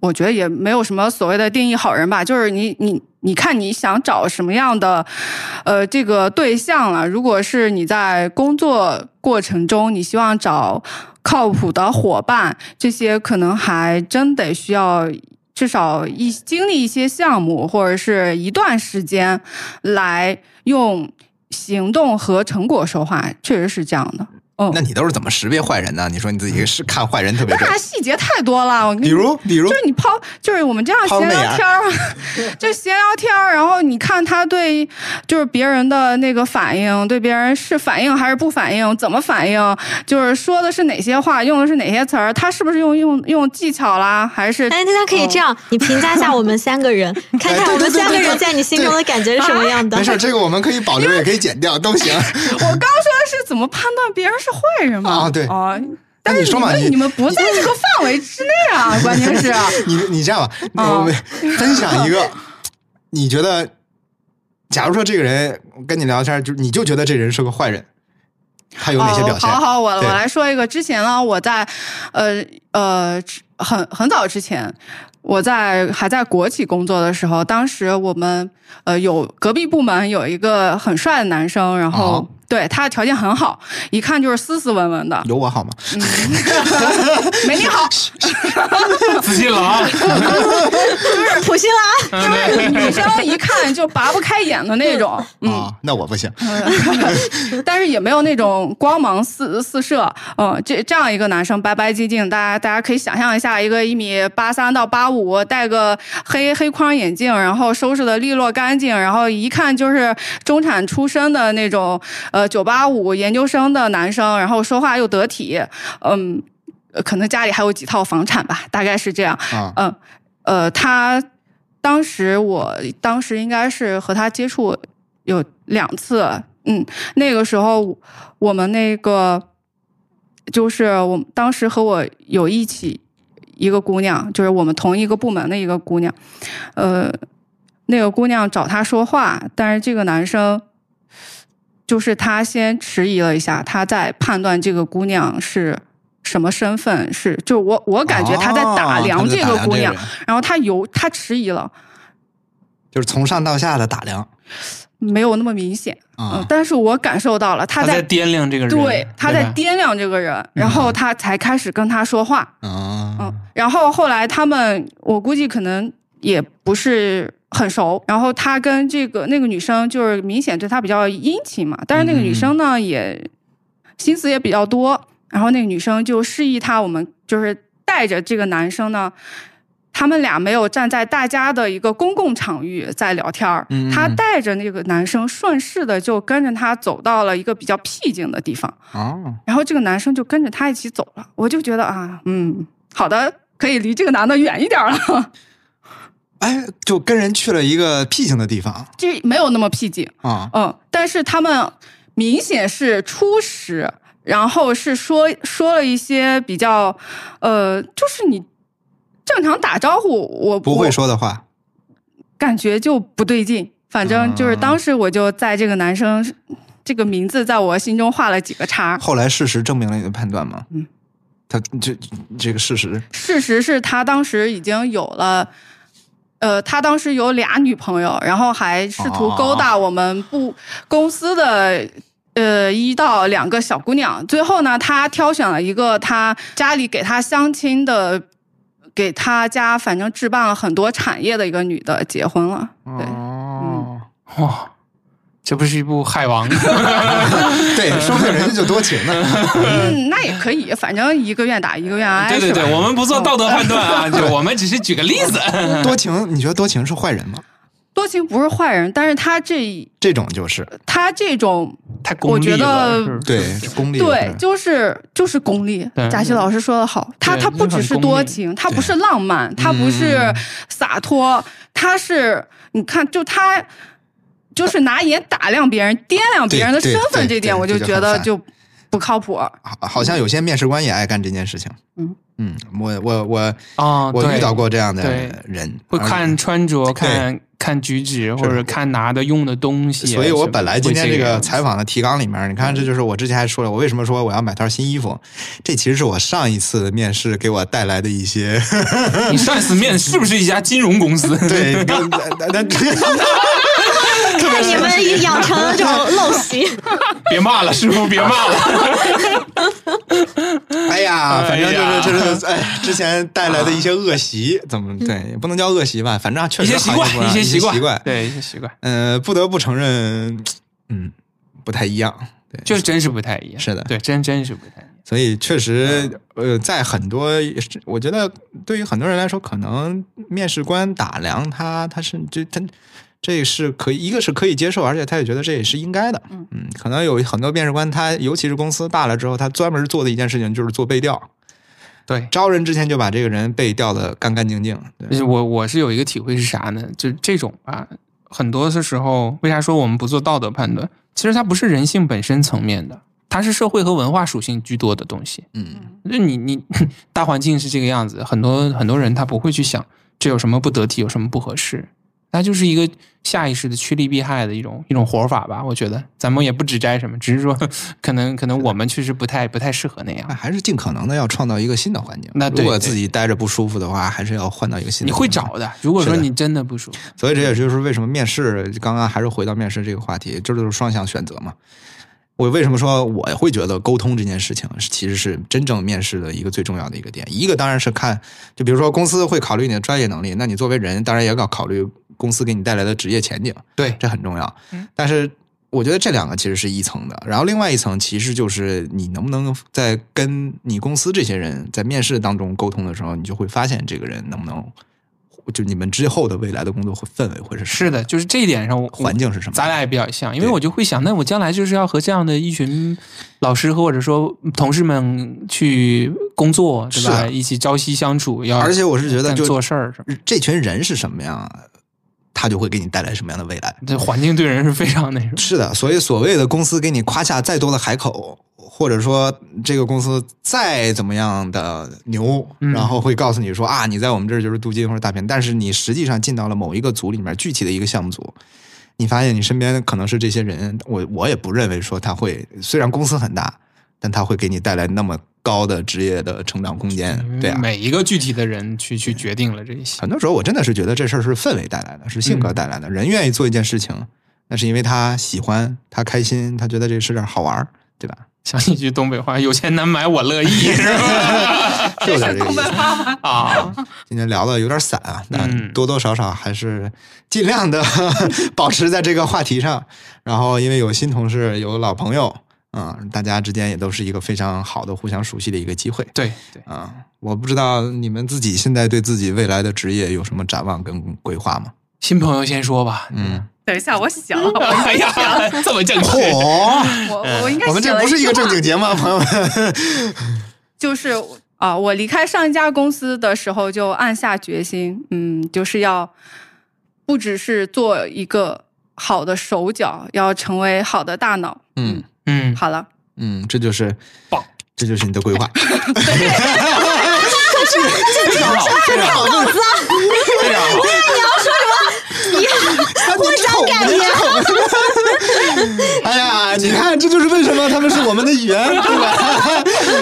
D: 我觉得也没有什么所谓的定义好人吧，就是你你你看你想找什么样的呃这个对象了。如果是你在工作过程中，你希望找靠谱的伙伴，这些可能还真得需要。至少一经历一些项目或者是一段时间，来用行动和成果说话，确实是这样的。嗯，
B: 那你都是怎么识别坏人呢？你说你自己是看坏人特别准
D: 那，细节太多了，哎我跟你
B: 比如比如
D: 就，是你抛，就是我们这样
B: 抛
D: 闲
B: 媚
D: 聊
B: 眼
D: 天儿， 就闲聊天儿，然后你看他对就是别人的那个反应，对别人是反应还是不反应，怎么反应，就是说的是哪些话，用的是哪些词儿，他是不是用用用技巧啦，还是
E: 哎，那他可以这
B: 嗯
E: 样，你评价一下我们三 个人，
B: 哎
E: 看看我们三个人在你心中的感觉是什么样的
B: 啊没。事，这个我们可以保留，也可以剪掉，都行。
D: 我刚说的是怎么判断别人是坏人嘛？
B: 啊对
D: 哦，
B: 那
D: 但是
B: 你说嘛
D: 们
B: 你
D: 你们不在这个范围之内 啊， 关键是。
B: 你你这样吧，
D: 啊
B: 我们分享一个，你觉得，假如说这个人跟你聊天，就你就觉得这人是个坏人，他有哪些表现？
D: 哦、好好，我我
B: 对
D: 来说一个。之前呢，我在呃呃很很早之前，我在还在国企工作的时候，当时我们呃有隔壁部门有一个很帅的男生，然后、
B: 哦
D: 对他的条件很好，一看就是斯斯文文的，
B: 有我好吗？
D: 没你好。
C: 自信了啊！
E: 普信啦，
D: 就是女生一看就拔不开眼的那种，
B: 啊、那我不行。
D: 但是也没有那种光芒四四射，嗯，这这样一个男生白白净净，大家大家可以想象一下，一个一米八三到八五，戴个黑黑框眼镜，然后收拾的利落干净，然后一看就是中产出身的那种，呃，九八五研究生的男生，然后说话又得体，嗯，呃可能家里还有几套房产吧，大概是这样，
B: 啊、
D: 嗯，呃，他当时我当时应该是和他接触有两次，嗯，那个时候我们那个就是我们当时和我有一起一个姑娘，就是我们同一个部门的一个姑娘，呃，那个姑娘找他说话，但是这个男生。就是他先迟疑了一下，他在判断这个姑娘是什么身份，是就我我感觉他在打
B: 哦
D: 量
B: 他在
D: 这
B: 打
D: 个
B: 量
D: 姑
B: 这个
D: 娘，
B: 人
D: 然后他犹他迟疑了，
B: 就是从上到下的打量
D: 没有那么明显，嗯
B: 啊，，
D: 但是我感受到了他
C: 他
D: 在
C: 在掂量这个人，
D: 对他在
C: 吧
D: 掂量这个人，然后他才开始跟他说话，
B: 啊、
D: 嗯，然后后来他们我估计可能也不是很熟，然后他跟这个那个女生就是明显对他比较殷勤嘛，但是那个
B: 嗯
D: 女生呢、也心思也比较多，然后那个女生就示意他，我们就是带着这个男生呢。他们俩没有站在大家的一个公共场域在聊天儿，
B: 嗯嗯
D: 他
B: 嗯
D: 带着那个男生顺势的就跟着他走到了一个比较僻静的地方，
B: 啊，
D: 然后这个男生就跟着他一起走了，我就觉得啊，嗯，好的，可以离这个男的远一点了，
B: 哎，就跟人去了一个僻静的地方
D: 这没有那么僻静，
B: 啊，
D: 嗯，但是他们明显是初识，然后是说说了一些比较，呃，就是你正常打招呼，我
B: 不会，说的话
D: 感觉就不对劲。反正就是当时我就在这个男生、这个名字在我心中画了几个叉。
B: 后来事实证明了你的判断吗？
D: 嗯，
B: 他这这个事实，
D: 事实是他当时已经有了，呃，他当时有俩女朋友，然后还试图
C: 哦
D: 勾搭我们部公司的。呃，一到两个小姑娘，最后呢，他挑选了一个他家里给他相亲的，给他家反正置办了很多产业的一个女的结婚了。对，嗯
B: 哦，
C: 哇，这不是一部海 王？
B: 对，说不定人家就多情呢。
D: 嗯，那也可以，反正一个愿打一个愿挨。
C: 对对
D: 哎是吧哦
C: 对，我们不做道德判断啊，就我们只是举个例 子。
B: 多情，你觉得多情是坏人吗？
D: 多情不是坏人，但是他这
B: 这种就是
D: 他这种
C: 太功利
D: 我觉
C: 了
D: 得
C: 是
B: 对功利的
D: 对，就是就是功利
C: 对。
D: 贾
B: 嗯
D: 旭老师说的好，他
C: 对
D: 他不只是多情，他不是浪漫，他不
C: 嗯
D: 是洒脱，他是你看，就他就是拿眼打量别人、掂量别人的
B: 对
D: 身
B: 对
D: 份，
B: 对
D: 这点
B: 对
D: 我就
B: 这就
D: 觉
B: 很
D: 得
B: 烦
D: 就不靠谱。
B: 好，好像有些面试官也爱干这件事情。
D: 嗯
B: 嗯，我我我
C: 啊，
B: 我
C: 对
B: 遇到过这样的
C: 对
B: 人，
C: 会看穿着、
B: 对
C: 看看举止，或者看拿的用的东西。啊
B: 所以我本来今天
C: 会嗯
B: 这
C: 这
B: 个
C: 样
B: 采访的提纲里面，你看，这就是我之前还说了，我为什么说我要买套新衣服，这其实是我上一次面试给我带来的一 些
C: 你上一次面是不是一家金融公司？
B: 对，跟但 但
E: 看你们也养成了这种 陋习，
C: 别骂了，师傅，别骂了。
B: 哎呀，反正
C: 哎呀嗯
B: 就是就是哎，之前带来的一些恶习，怎么对，也不能叫恶习吧，反正确
C: 一
B: 实
C: 些习
B: 行业不
C: 惯，
B: 一
C: 些
B: 习
C: 惯，，对，一些习惯，
B: 呃，不得不承认，嗯，不太一样，对，
C: 就真是不太一样。
B: 是的
C: 对，真真是不太一样。
B: 所以确实，
C: 嗯
B: 呃，在很多，我觉得对于很多人来说，可能面试官打量他，他是这他这是可以，一个是可以接受，而且他也觉得这也是应该的。
D: 嗯
B: 嗯，可能有很多面试官，他尤其是公司大了之后，他专门做的一件事情就是做背调，
C: 对，
B: 招人之前就把这个人背调的干干净净。对
C: 就是我我是有一个体会是啥呢？就这种吧，很多的时候，为啥说我们不做道德判断？其实它不是人性本身层面的，它是社会和文化属性居多的东西。
B: 嗯，
C: 那你你大环境是这个样子，很多很多人他不会去想这有什么不得体，有什么不合适，那就是一个下意识的趋利避害的一种一种活法吧。我觉得咱们也不指摘什么，只是说可能可能我们确实不太不太适合那样
B: 那。嗯还是尽可能的要创造一个新的环境。
C: 那对
B: 如果
C: 对
B: 自己待着不舒服的话，还是要换到一个新
C: 你
B: 的。
C: 会找的，如果说
B: 是的
C: 你真的不舒服，
B: 所以这也就是为什么面试，刚刚还是回到面试这个话题，这就是双向选择嘛。我为什么说我会觉得沟通这件事情是其实是真正面试的一个最重要的一个点？一个当然是看，就比如说公司会考虑你的专业能力，那你作为人当然也要考虑公司给你带来的职业前景，
C: 对
B: 这很重要
C: 嗯。
B: 但是我觉得这两个其实是一层的，然后另外一层其实就是你能不能在跟你公司这些人在面试当中沟通的时候，你就会发现这个人能不能，就你们之后的未来的工作会氛围会是什么
C: 是的，就是这一点上我
B: 环境是什么？
C: 咱俩也比较像，因为
B: 对
C: 我就会想，那我将来就是要和这样的一群老师或者说同事们去工作，对
B: 是
C: 吧？
B: 啊
C: 一起朝夕相处，要
B: 而且我是觉得
C: 干
B: 就
C: 啊做事儿什么。
B: 这群人是什么样，啊他就会给你带来什么样的未来。
C: 这环境对人是非常那什么。
B: 是的，所以所谓的公司给你夸下再多的海口，或者说这个公司再怎么样的牛，
C: 嗯
B: 然后会告诉你说啊，你在我们这儿就是镀金或者大片，但是你实际上进到了某一个组里面，具体的一个项目组。你发现你身边可能是这些人，我我也不认为说他会，虽然公司很大，但他会给你带来那么高的职业的成长空间，
F: 嗯
B: 对啊，
C: 每一个具体的人去去决定了这一
F: 啊
C: 些。
B: 很多时候我真的是觉得这事儿是氛围带来的，是性格带来的。人愿意做一件事情，那是因为他喜欢，他开心，他觉得这个事儿好玩儿，对吧？
C: 想起一句东北话：“有钱难买我 乐意。”是吧？
B: 是有点这个意思。
C: 啊，
B: 今天聊的有点散啊，但
C: 嗯
B: 多多少少还是尽量的 保持在这个话题上。然后因为有新同事，有老朋友，嗯，大家之间也都是一个非常好的互相熟悉的一个机会。
C: 对对，
B: 啊、我不知道你们自己现在对自己未来的职业有什么展望跟规划吗？
C: 新朋友先说吧。
B: 嗯，
D: 等一下，我想，我
C: 哎呀， 这么正确。
B: 嚯！
D: 我我应该
B: 我们
D: 写
B: 这
D: 了
B: 不是一个
D: 句话
B: 正经节目啊，朋友们。
D: 就是啊，我离开上一家公司的时候就暗下决心，嗯，就是要不只是做一个好的手脚，要成为好的大脑。
B: 嗯
C: 嗯，
D: 好了，
B: 嗯，这就是
C: 棒，
B: 这就是你的规划。啊
C: 非常好，非常好，非常好。
B: 三年之后，五年之后。哎呀，你看，这就是为什么他们是我们的语言，对吧？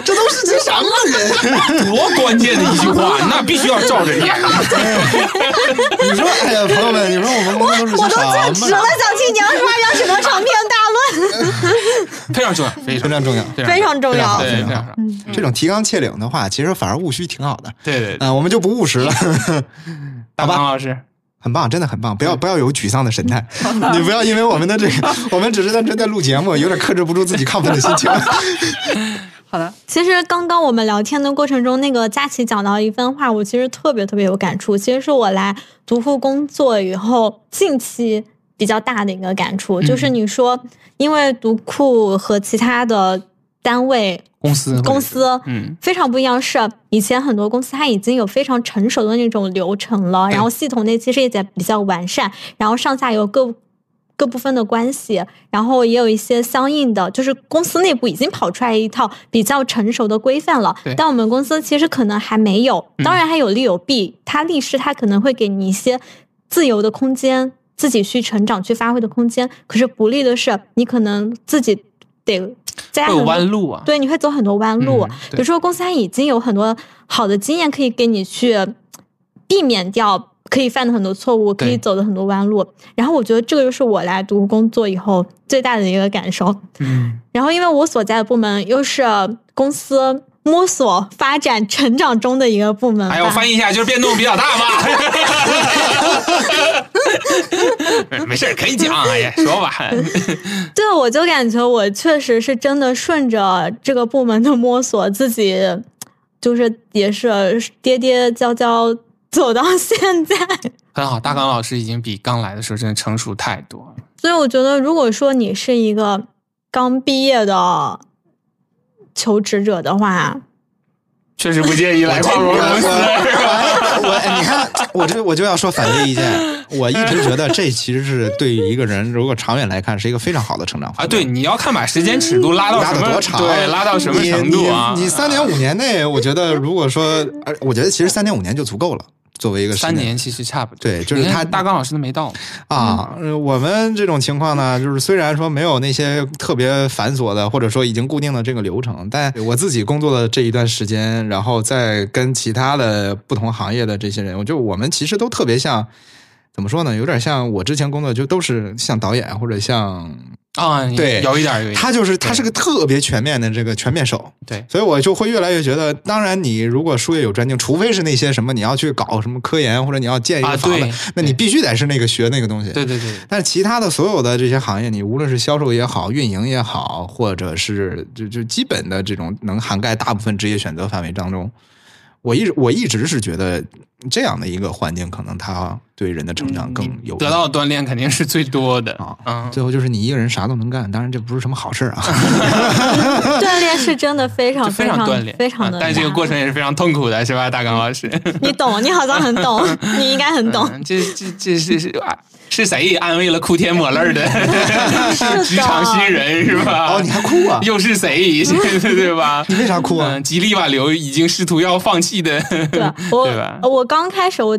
B: 这都是些什么人？
F: 多关键的一句话，那必须要照着念。
B: 你说，哎呀，朋友们，你说我们公司都是
E: 我
B: 些
E: 都
B: 什么
E: 尽职了
B: 人？，
E: 小七，你要是发表什么长篇 大论，
C: 非常重要，非
B: 非
C: 常
B: 常重要，
C: 非
E: 非
C: 常
E: 常重
B: 非常
E: 要
B: 好，
C: 对
B: 非
C: 非
B: 常好
C: 常好。
B: 这种提纲挈领的话，其实反而务虚挺好的。
C: 对对，对
B: 嗯，我们就不务实了，
C: 大王老师，
B: 很棒，真的很棒。不要不要有沮丧的神态，你不要因为我们的这个，我们只是单纯在录节目，有点克制不住自己亢奋的心情。
D: 好的，
E: 其实刚刚我们聊天的过程中，那个佳琪讲到一番话，我其实特别特别有感触。其实是我来独库工作以后，近期比较大的一个感
C: 嗯
E: 触，就是你说，因为独库和其他的单位、
C: 公司
E: 公，司，
C: 嗯，
E: 非常不一样是，啊以前很多公司它已经有非常成熟的那种流程了，然后系统内其实也在比较完善，然后上下游各各部分的关系，然后也有一些相应的，就是公司内部已经跑出来一套比较成熟的规范了
C: 对。嗯
E: 但我们公司其实可能还没有，当然还有利有弊，它利是它可能会给你一些自由的空间，自己去成长、去发挥的空间，可是不利的是，你可能自己得。加
C: 会有
E: 很多
C: 弯路啊。
E: 对，你会走很多弯路。
C: 嗯对
E: 比如说，公司它已经有很多好的经验可以给你去呃避免掉可以犯的很多错误，可以
C: 对
E: 走的很多弯路。然后我觉得这个就是我来读工作以后最大的一个感受。
C: 嗯，
E: 然后，因为我所在的部门又是公司摸索、发展、成长中的一个部门吧，
F: 哎，我翻译一下，就是变动比较大嘛。没事儿，可以讲。哎呀，说吧。
E: 对，我就感觉我确实是真的顺着这个部门的摸索，自己就是也是跌跌跤跤走到 现在。
C: 很好，大刚老师已经比刚来的时候真的成熟太多了。
E: 所以我觉得，如果说你是一个刚毕业的求职者的话，
C: 确实不建议来跨国公司。
B: 我我哎你看，我这我就要说反对意见。我一直觉得这其实是对于一个人，如果长远来看，是一个非常好的成长
C: 啊，对，你要看把时间尺度拉到
B: 拉
C: 什
B: 的
C: 么
B: 多长？
C: 啊对，拉到什么程度啊？
B: 你你你三年五年内，我觉得如果说，而我觉得其实三年五年就足够了。作为一个
C: 三
B: 十
C: 年其实差不多。
B: 对就是
C: 你看
B: 他
C: 大刚老师都没到，
B: 啊、
C: 嗯
B: 呃我们这种情况 呢，就是虽然说没有那些特别繁琐的，或者说已经固定的这个流程，但我自己工作的这一段时间，然后再跟其他的不同行业的这些人，我就我们其实都特别像，怎么说呢？有点像我之前工作就都是像导演或者像
C: 啊，
B: 对
C: 有一点儿，有一点儿。
B: 他就是他是个特别全面的这个全面手，
C: 对
B: 所以我就会越来越觉得，当然你如果术业有专精，除非是那些什么你要去搞什么科研或者你要建一
C: 啊
B: 个房子，
C: 对
B: 那你必须得是那个学那个东西，
C: 对对对，
B: 但是其他的所有的这些行业，你无论是销售也好，运营也好，或者是就就基本的这种能涵盖大部分职业选择范围当中，我一直我一直是觉得这样的一个环境，可能它对人的成长更有
C: 嗯得到的锻炼肯定是最多的
B: 啊。
C: 嗯，
B: 最后就是你一个人啥都能干，当然这不是什么好事儿啊。
E: 锻炼是真的非常
C: 就非
E: 常
C: 常锻炼，
E: 非常
C: 啊
E: 的。
C: 但这个过程，也是非常痛苦的，是吧，大刚老师？
E: 你懂，你好像很 懂，你应该很懂。
C: 嗯这这这是是啊是谁安慰了哭天抹泪儿的职场新人是吧？
B: 哦，你还哭啊？
C: 又是谁？对吧？
B: 你为啥哭啊？
C: 嗯，吉利瓦流已经试图要放弃的，
E: 对我
C: 对吧
E: 我刚开始我，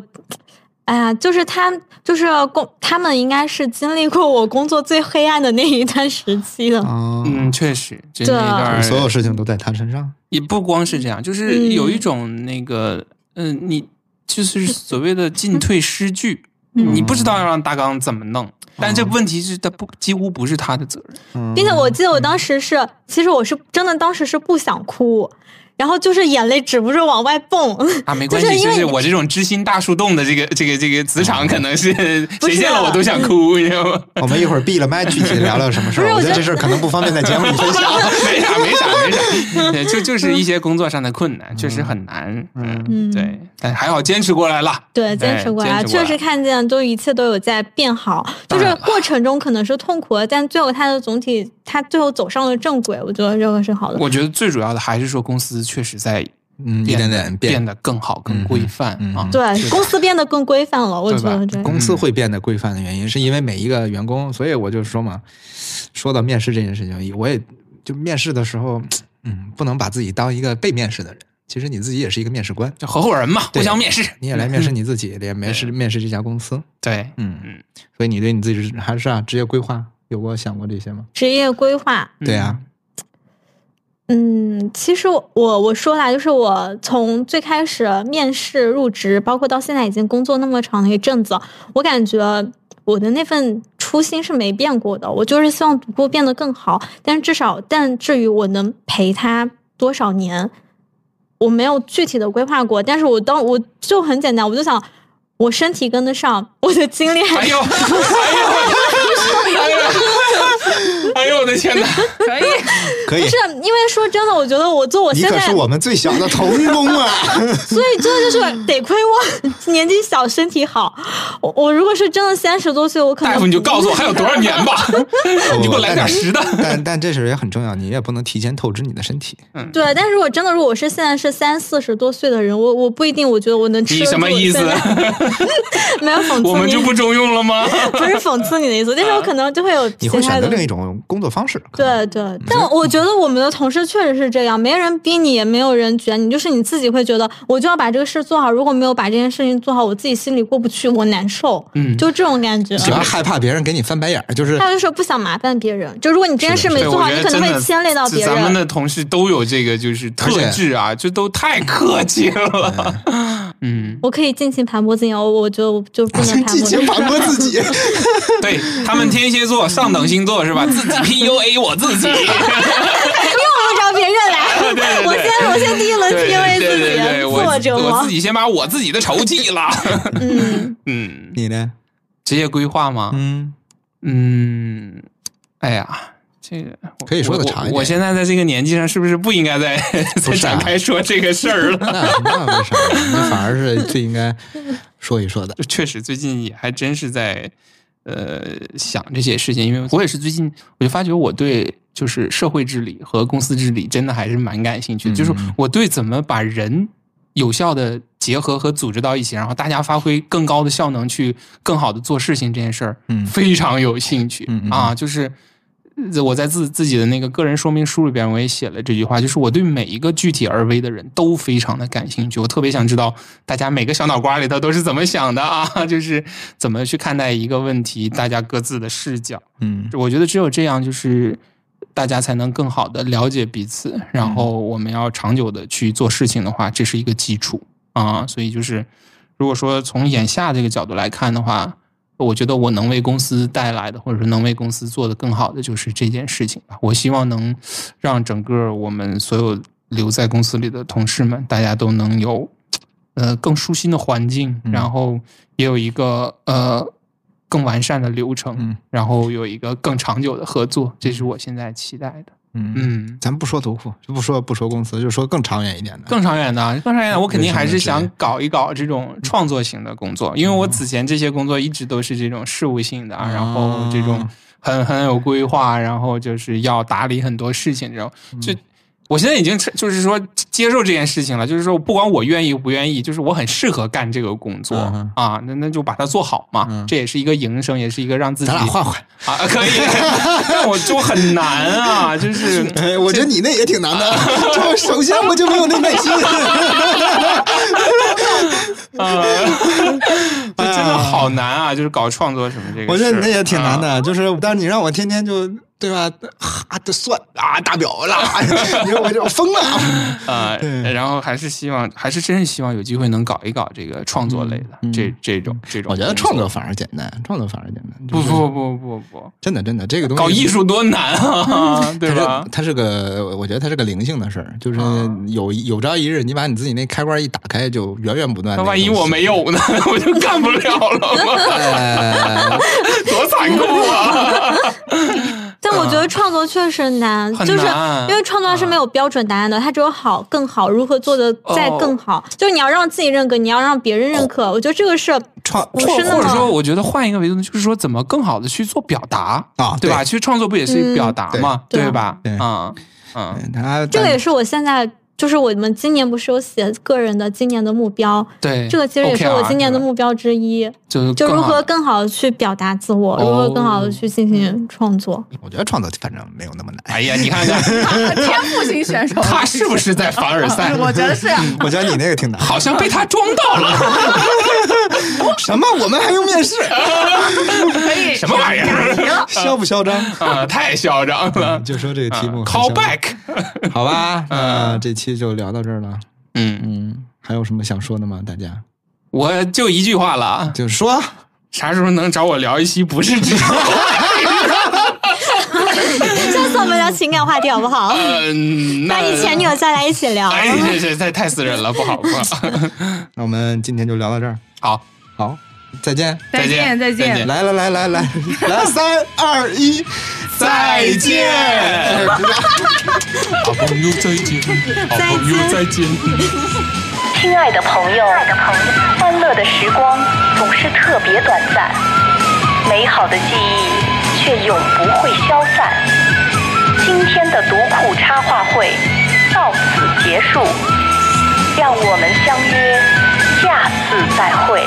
E: 哎呀，就是他就是工，他们应该是经历过我工作最黑暗的那一段时期的。
B: 啊，
C: 嗯，确实，真是一
E: 对
C: 段儿
B: 所有事情都在他身上。
C: 也不光是这样，就是有一种那个，嗯、你就是所谓的进退失据，
E: 嗯
C: 你不知道要让大纲怎么弄，但这问题是他不几乎不是他的责任，
B: 嗯
E: 并且我记得我当时是，其实我是真的当时是不想哭，然后就是眼泪止不住往外蹦。
C: 啊，没关系，
E: 就是因
C: 就
E: 为
C: 是
E: 你
C: 我这种知心大树洞的这个这个这个磁
B: 嗯
C: 场，可能是
E: 不
C: 谁
E: 是
C: 见
B: 啊
C: 了我都想哭，你知 道吗？
B: 我们一会儿闭了麦，具体聊聊什么事
E: 不
B: 儿？
E: 是
B: 我
E: 我
B: 觉得这
E: 觉得
B: 事儿可能不方便在节目里分享。
C: 啊没啥，没啥，没啥，对就就是一些工作上的困难，确实很难， 嗯，
E: 嗯
C: 对，但还好坚持过来了，
E: 对，坚持过来，
C: 哎坚持过
E: 确
C: 来
E: 实看见都一切都有在变好，就
C: 当然
E: 是
C: 了
E: 过程中可能是痛苦的，但最后它的总体，它最后走上了正轨，我觉得这个是好的。
C: 我觉得最主要的还是说公司确实在
B: 嗯，一
C: 变
B: 点
C: 得
B: 点
C: 变
B: 变，
C: 得更好、
B: 嗯
C: 更
B: 嗯
C: 规范
B: 嗯
C: 啊
B: 嗯，
E: 对，公司变得更规范了，我
C: 对
E: 觉
C: 吧
E: 得嗯这。
B: 公司会变得规范的原因，是因为每一个员工，所以我就说嘛，说到面试这件事情，我也就面试的时候，嗯，不能把自己当一个被面试的人，其实你自己也是一个面试官，
C: 就合伙人嘛，互
B: 对
C: 相面试。嗯
B: 你也来面试你自己，也面试面试这家公司。
C: 对，
B: 嗯
C: 嗯，
B: 所以你对你自己还是啊职业规划有过想过这些吗？
E: 职业规划，
B: 对啊，
E: 嗯，其实我我说啦，就是我从最开始面试入职，包括到现在已经工作那么长的一阵子，我感觉我的那份初心是没变过的。我就是希望读库变得更好，但是至少，但至于我能陪他多少年，我没有具体的规划过。但是我当我就很简单，我就想。我身体跟得上，我的精力还
C: 哎呦，哎呦，哎呦，哎呦，我的天哪！
D: 可以，
B: 可
E: 不
B: 以
E: 是，因为说真的，我觉得我做我
B: 你
E: 现
B: 可
E: 在
B: 是我们最小的童工 啊！
E: 所以这就是得亏我 年纪小，身体好。我我如果是真的三十多岁，我可能
C: 大夫，你就告诉我还有多少年 吧，你给我来点
B: 但
C: 实的。
B: 但但这事儿也很重要，你也不能提前透支你的身体。
E: 对。但是我真的，如果我是现在是三四十多岁的人，我我不一定，我觉得我能吃。
C: 你什么意思？
E: 没有讽刺你，
C: 我们就不啊中用了吗？
E: 不是讽刺你的意思，但是我可能就会有其
B: 你会
E: 他
B: 选
E: 的
B: 择。另一种工作方式。可能
E: 对对，但我觉得我们的同事确实是这样，没人逼你，也没有人卷你，就是你自己会觉得，我就要把这个事做好。如果没有把这件事情做好，我自己心里过不去，我难受，
C: 嗯
E: 就这种 感觉。
B: 主要害怕别人给你翻白眼儿，就是
E: 还有就是不想麻烦别人，就如果你这件事没
C: 对，
E: 做
C: 哎我
E: 好，
C: 觉得
E: 你可能
C: 真的
E: 会牵累到别
C: 咱们
E: 人。
C: 的同事都有这个就是
B: 而且
C: 特质啊，这都太客气了。 嗯，
E: 我可以尽情盘剥自己，我我觉得我就不能盘
B: 尽情
E: 剥。
B: 反驳自己。
C: 对他们天蝎座上等星座是 吧？自己 PUA 我自己，
E: 用不着别人
C: 对对
E: 来，
C: 对
E: 我先我先第一轮
C: 对对
E: PUA 自己，
C: 对对，
E: 自
C: 我
E: 折
C: 我
E: 磨
C: 自。己先把我自己的仇记了。
E: 嗯，
C: 嗯，
B: 你呢？
C: 职业规划吗？
B: 嗯，
C: 嗯，哎呀，这个我
B: 可以说得长一点
C: 我我。我现在在这个年纪上，是不是不应该再再
B: 不是啊
C: 展开说这个事儿了？
B: 那那为啥？你反而是最应该说一说的。
C: 就确实，最近也还真是在呃想这些事情，因为我也是最近，我就发觉我对就是社会治理和公司治理真的还是蛮感兴趣的，就是我对怎么把人有效的结合和组织到一起，然后大家发挥更高的效能去更好的做事情这件事儿，
B: 嗯
C: 非常有兴趣、
B: 嗯嗯
C: 啊，就是。呃我在自自己的那个个人说明书里边，我也写了这句话，就是我对每一个具体而微的人都非常的感兴趣，我特别想知道大家每个小脑瓜里头都是怎么想的啊， 就是怎么去看待一个问题，大家各自的视角。
B: 嗯
C: 我觉得只有这样，就是大家才能更好的了解彼此，
B: 嗯
C: 然后我们要长久的去做事情的话，这是一个基础啊。所以就是，如果说从眼下这个角度来看的话，我觉得我能为公司带来的，或者说能为公司做的更好的，就是这件事情吧。我希望能让整个我们所有留在公司里的同事们，大家都能有呃更舒心的环境，
B: 嗯
C: 然后也有一个呃更完善的流程，
B: 嗯
C: 然后有一个更长久的合作，这是我现在期待的。
B: 嗯，
C: 嗯，
B: 咱不说独库，就不说不说公司，就说更长远一点的。
C: 更长远的啊，更长远的，我肯定还是
B: 有什
C: 想
B: 么
C: 搞一搞这种创作型的工作，因为我此前这些工作一直都是这种事务性的啊，
B: 嗯
C: 然后这种
B: 啊
C: 很很有规划，然后就是要打理很多事情这种。
B: 嗯
C: 就我现在已经是就是说接受这件事情了，就是说不管我愿意不愿意，就是我很适合干这个工作
B: 嗯哼
C: 啊，那那就把它做好嘛
B: 嗯，
C: 这也是一个营生，也是一个让自己
B: 咱俩换换。
C: 啊，可以， 但我就很难 啊，就是
B: 哎，我觉得你那也挺难 的。就首先我就没有那耐 心。
C: 呃， 这真的好难啊，就是搞创作什么这个事儿，
B: 我觉得你那也挺难
C: 啊。
B: 的，就是但是你让我天天就对吧，哈这算啊大表啦， 你说我就疯了。
C: 呃，
B: 对
C: 然后还是希望，还是真是希望有机会能搞一搞这个创作类的，
B: 嗯嗯
C: 这这种这种。
B: 我觉得创作。反而简单，创作反而简单。
C: 不
B: 就是
C: 不不不不
B: 真的真的，这个东西
C: 搞艺术多难啊，对吧啊
B: 它是？它是个，我觉得它是个灵性的事儿，就是有有朝一日你把你自己那开关一打开，就源源不断
C: 那
B: 地。
C: 万一我没有呢， 我就干不了 了吗？
B: 呃，
C: 多残酷啊！
E: 但我觉得创作确实难，
C: 很
E: 就是
C: 难
E: 因为创作是没有标准答案的，它只有好、更好，如何做的再更好。就是你要让自己认可，你要让别人认可。我觉得这个是
B: 创
E: 不
C: 或
E: 是那
C: 或者说，
E: 么
C: 我觉得换一个维度，就是说怎么更好的去做表达
B: 啊
C: 对吧？
B: 对
C: 其实创作不也是
E: 嗯
C: 表达嘛，
E: 对
C: 吧
B: 对？
C: 啊，嗯，
B: 他
E: 这个也
B: 咱
E: 是我现在就是我们今年不是有写个人的今年的目标，
G: 对，
E: 这个其实也是
G: OKR
E: 我
C: 啊
E: 今年的目标之一，
G: 就是
E: 就
G: 更
E: 如
G: 好
E: 何更好地去表达自我，如何更好的去进行创作。
B: 我觉得创作反正没有那么难。
C: 哎呀，你看看
D: 天赋型选手，
C: 他是不是在凡尔赛？
D: 我觉得是啊，
B: 我觉得你那个挺 难。
C: 好像被他装到了，
B: 什么？我们还用面试？
D: 可以
C: 什么玩意 儿？
B: 嚣不嚣 张？
C: 啊，太嚣张了。
B: 就说这个题目很嚣
C: 嗯 call
B: 张。
C: back，
B: 好吧，那这期就聊到这儿了。
C: 嗯，
B: 嗯，还有什么想说的吗？大家
C: 我就一句话了啊，
B: 就说，
C: 啥时候能找我聊一期不是 只有
E: 下次我们聊情感话题好不好？
C: 嗯，那
E: 把你前女友叫来一起聊。
C: 哎，这这太太私人了，不好不好。
B: 那我们今天就聊到这儿。
C: 好，
B: 好，再见。
D: 再见再
C: 再
D: 见
C: 见。
B: 来来来来来来，三二一，
C: 再见， 好朋友再见，好朋友再见。
A: 亲爱的朋友，欢乐的时光总是特别短暂，美好的记忆却永不会消散。今天的读库插画会到此结束，让我们相约下次再会。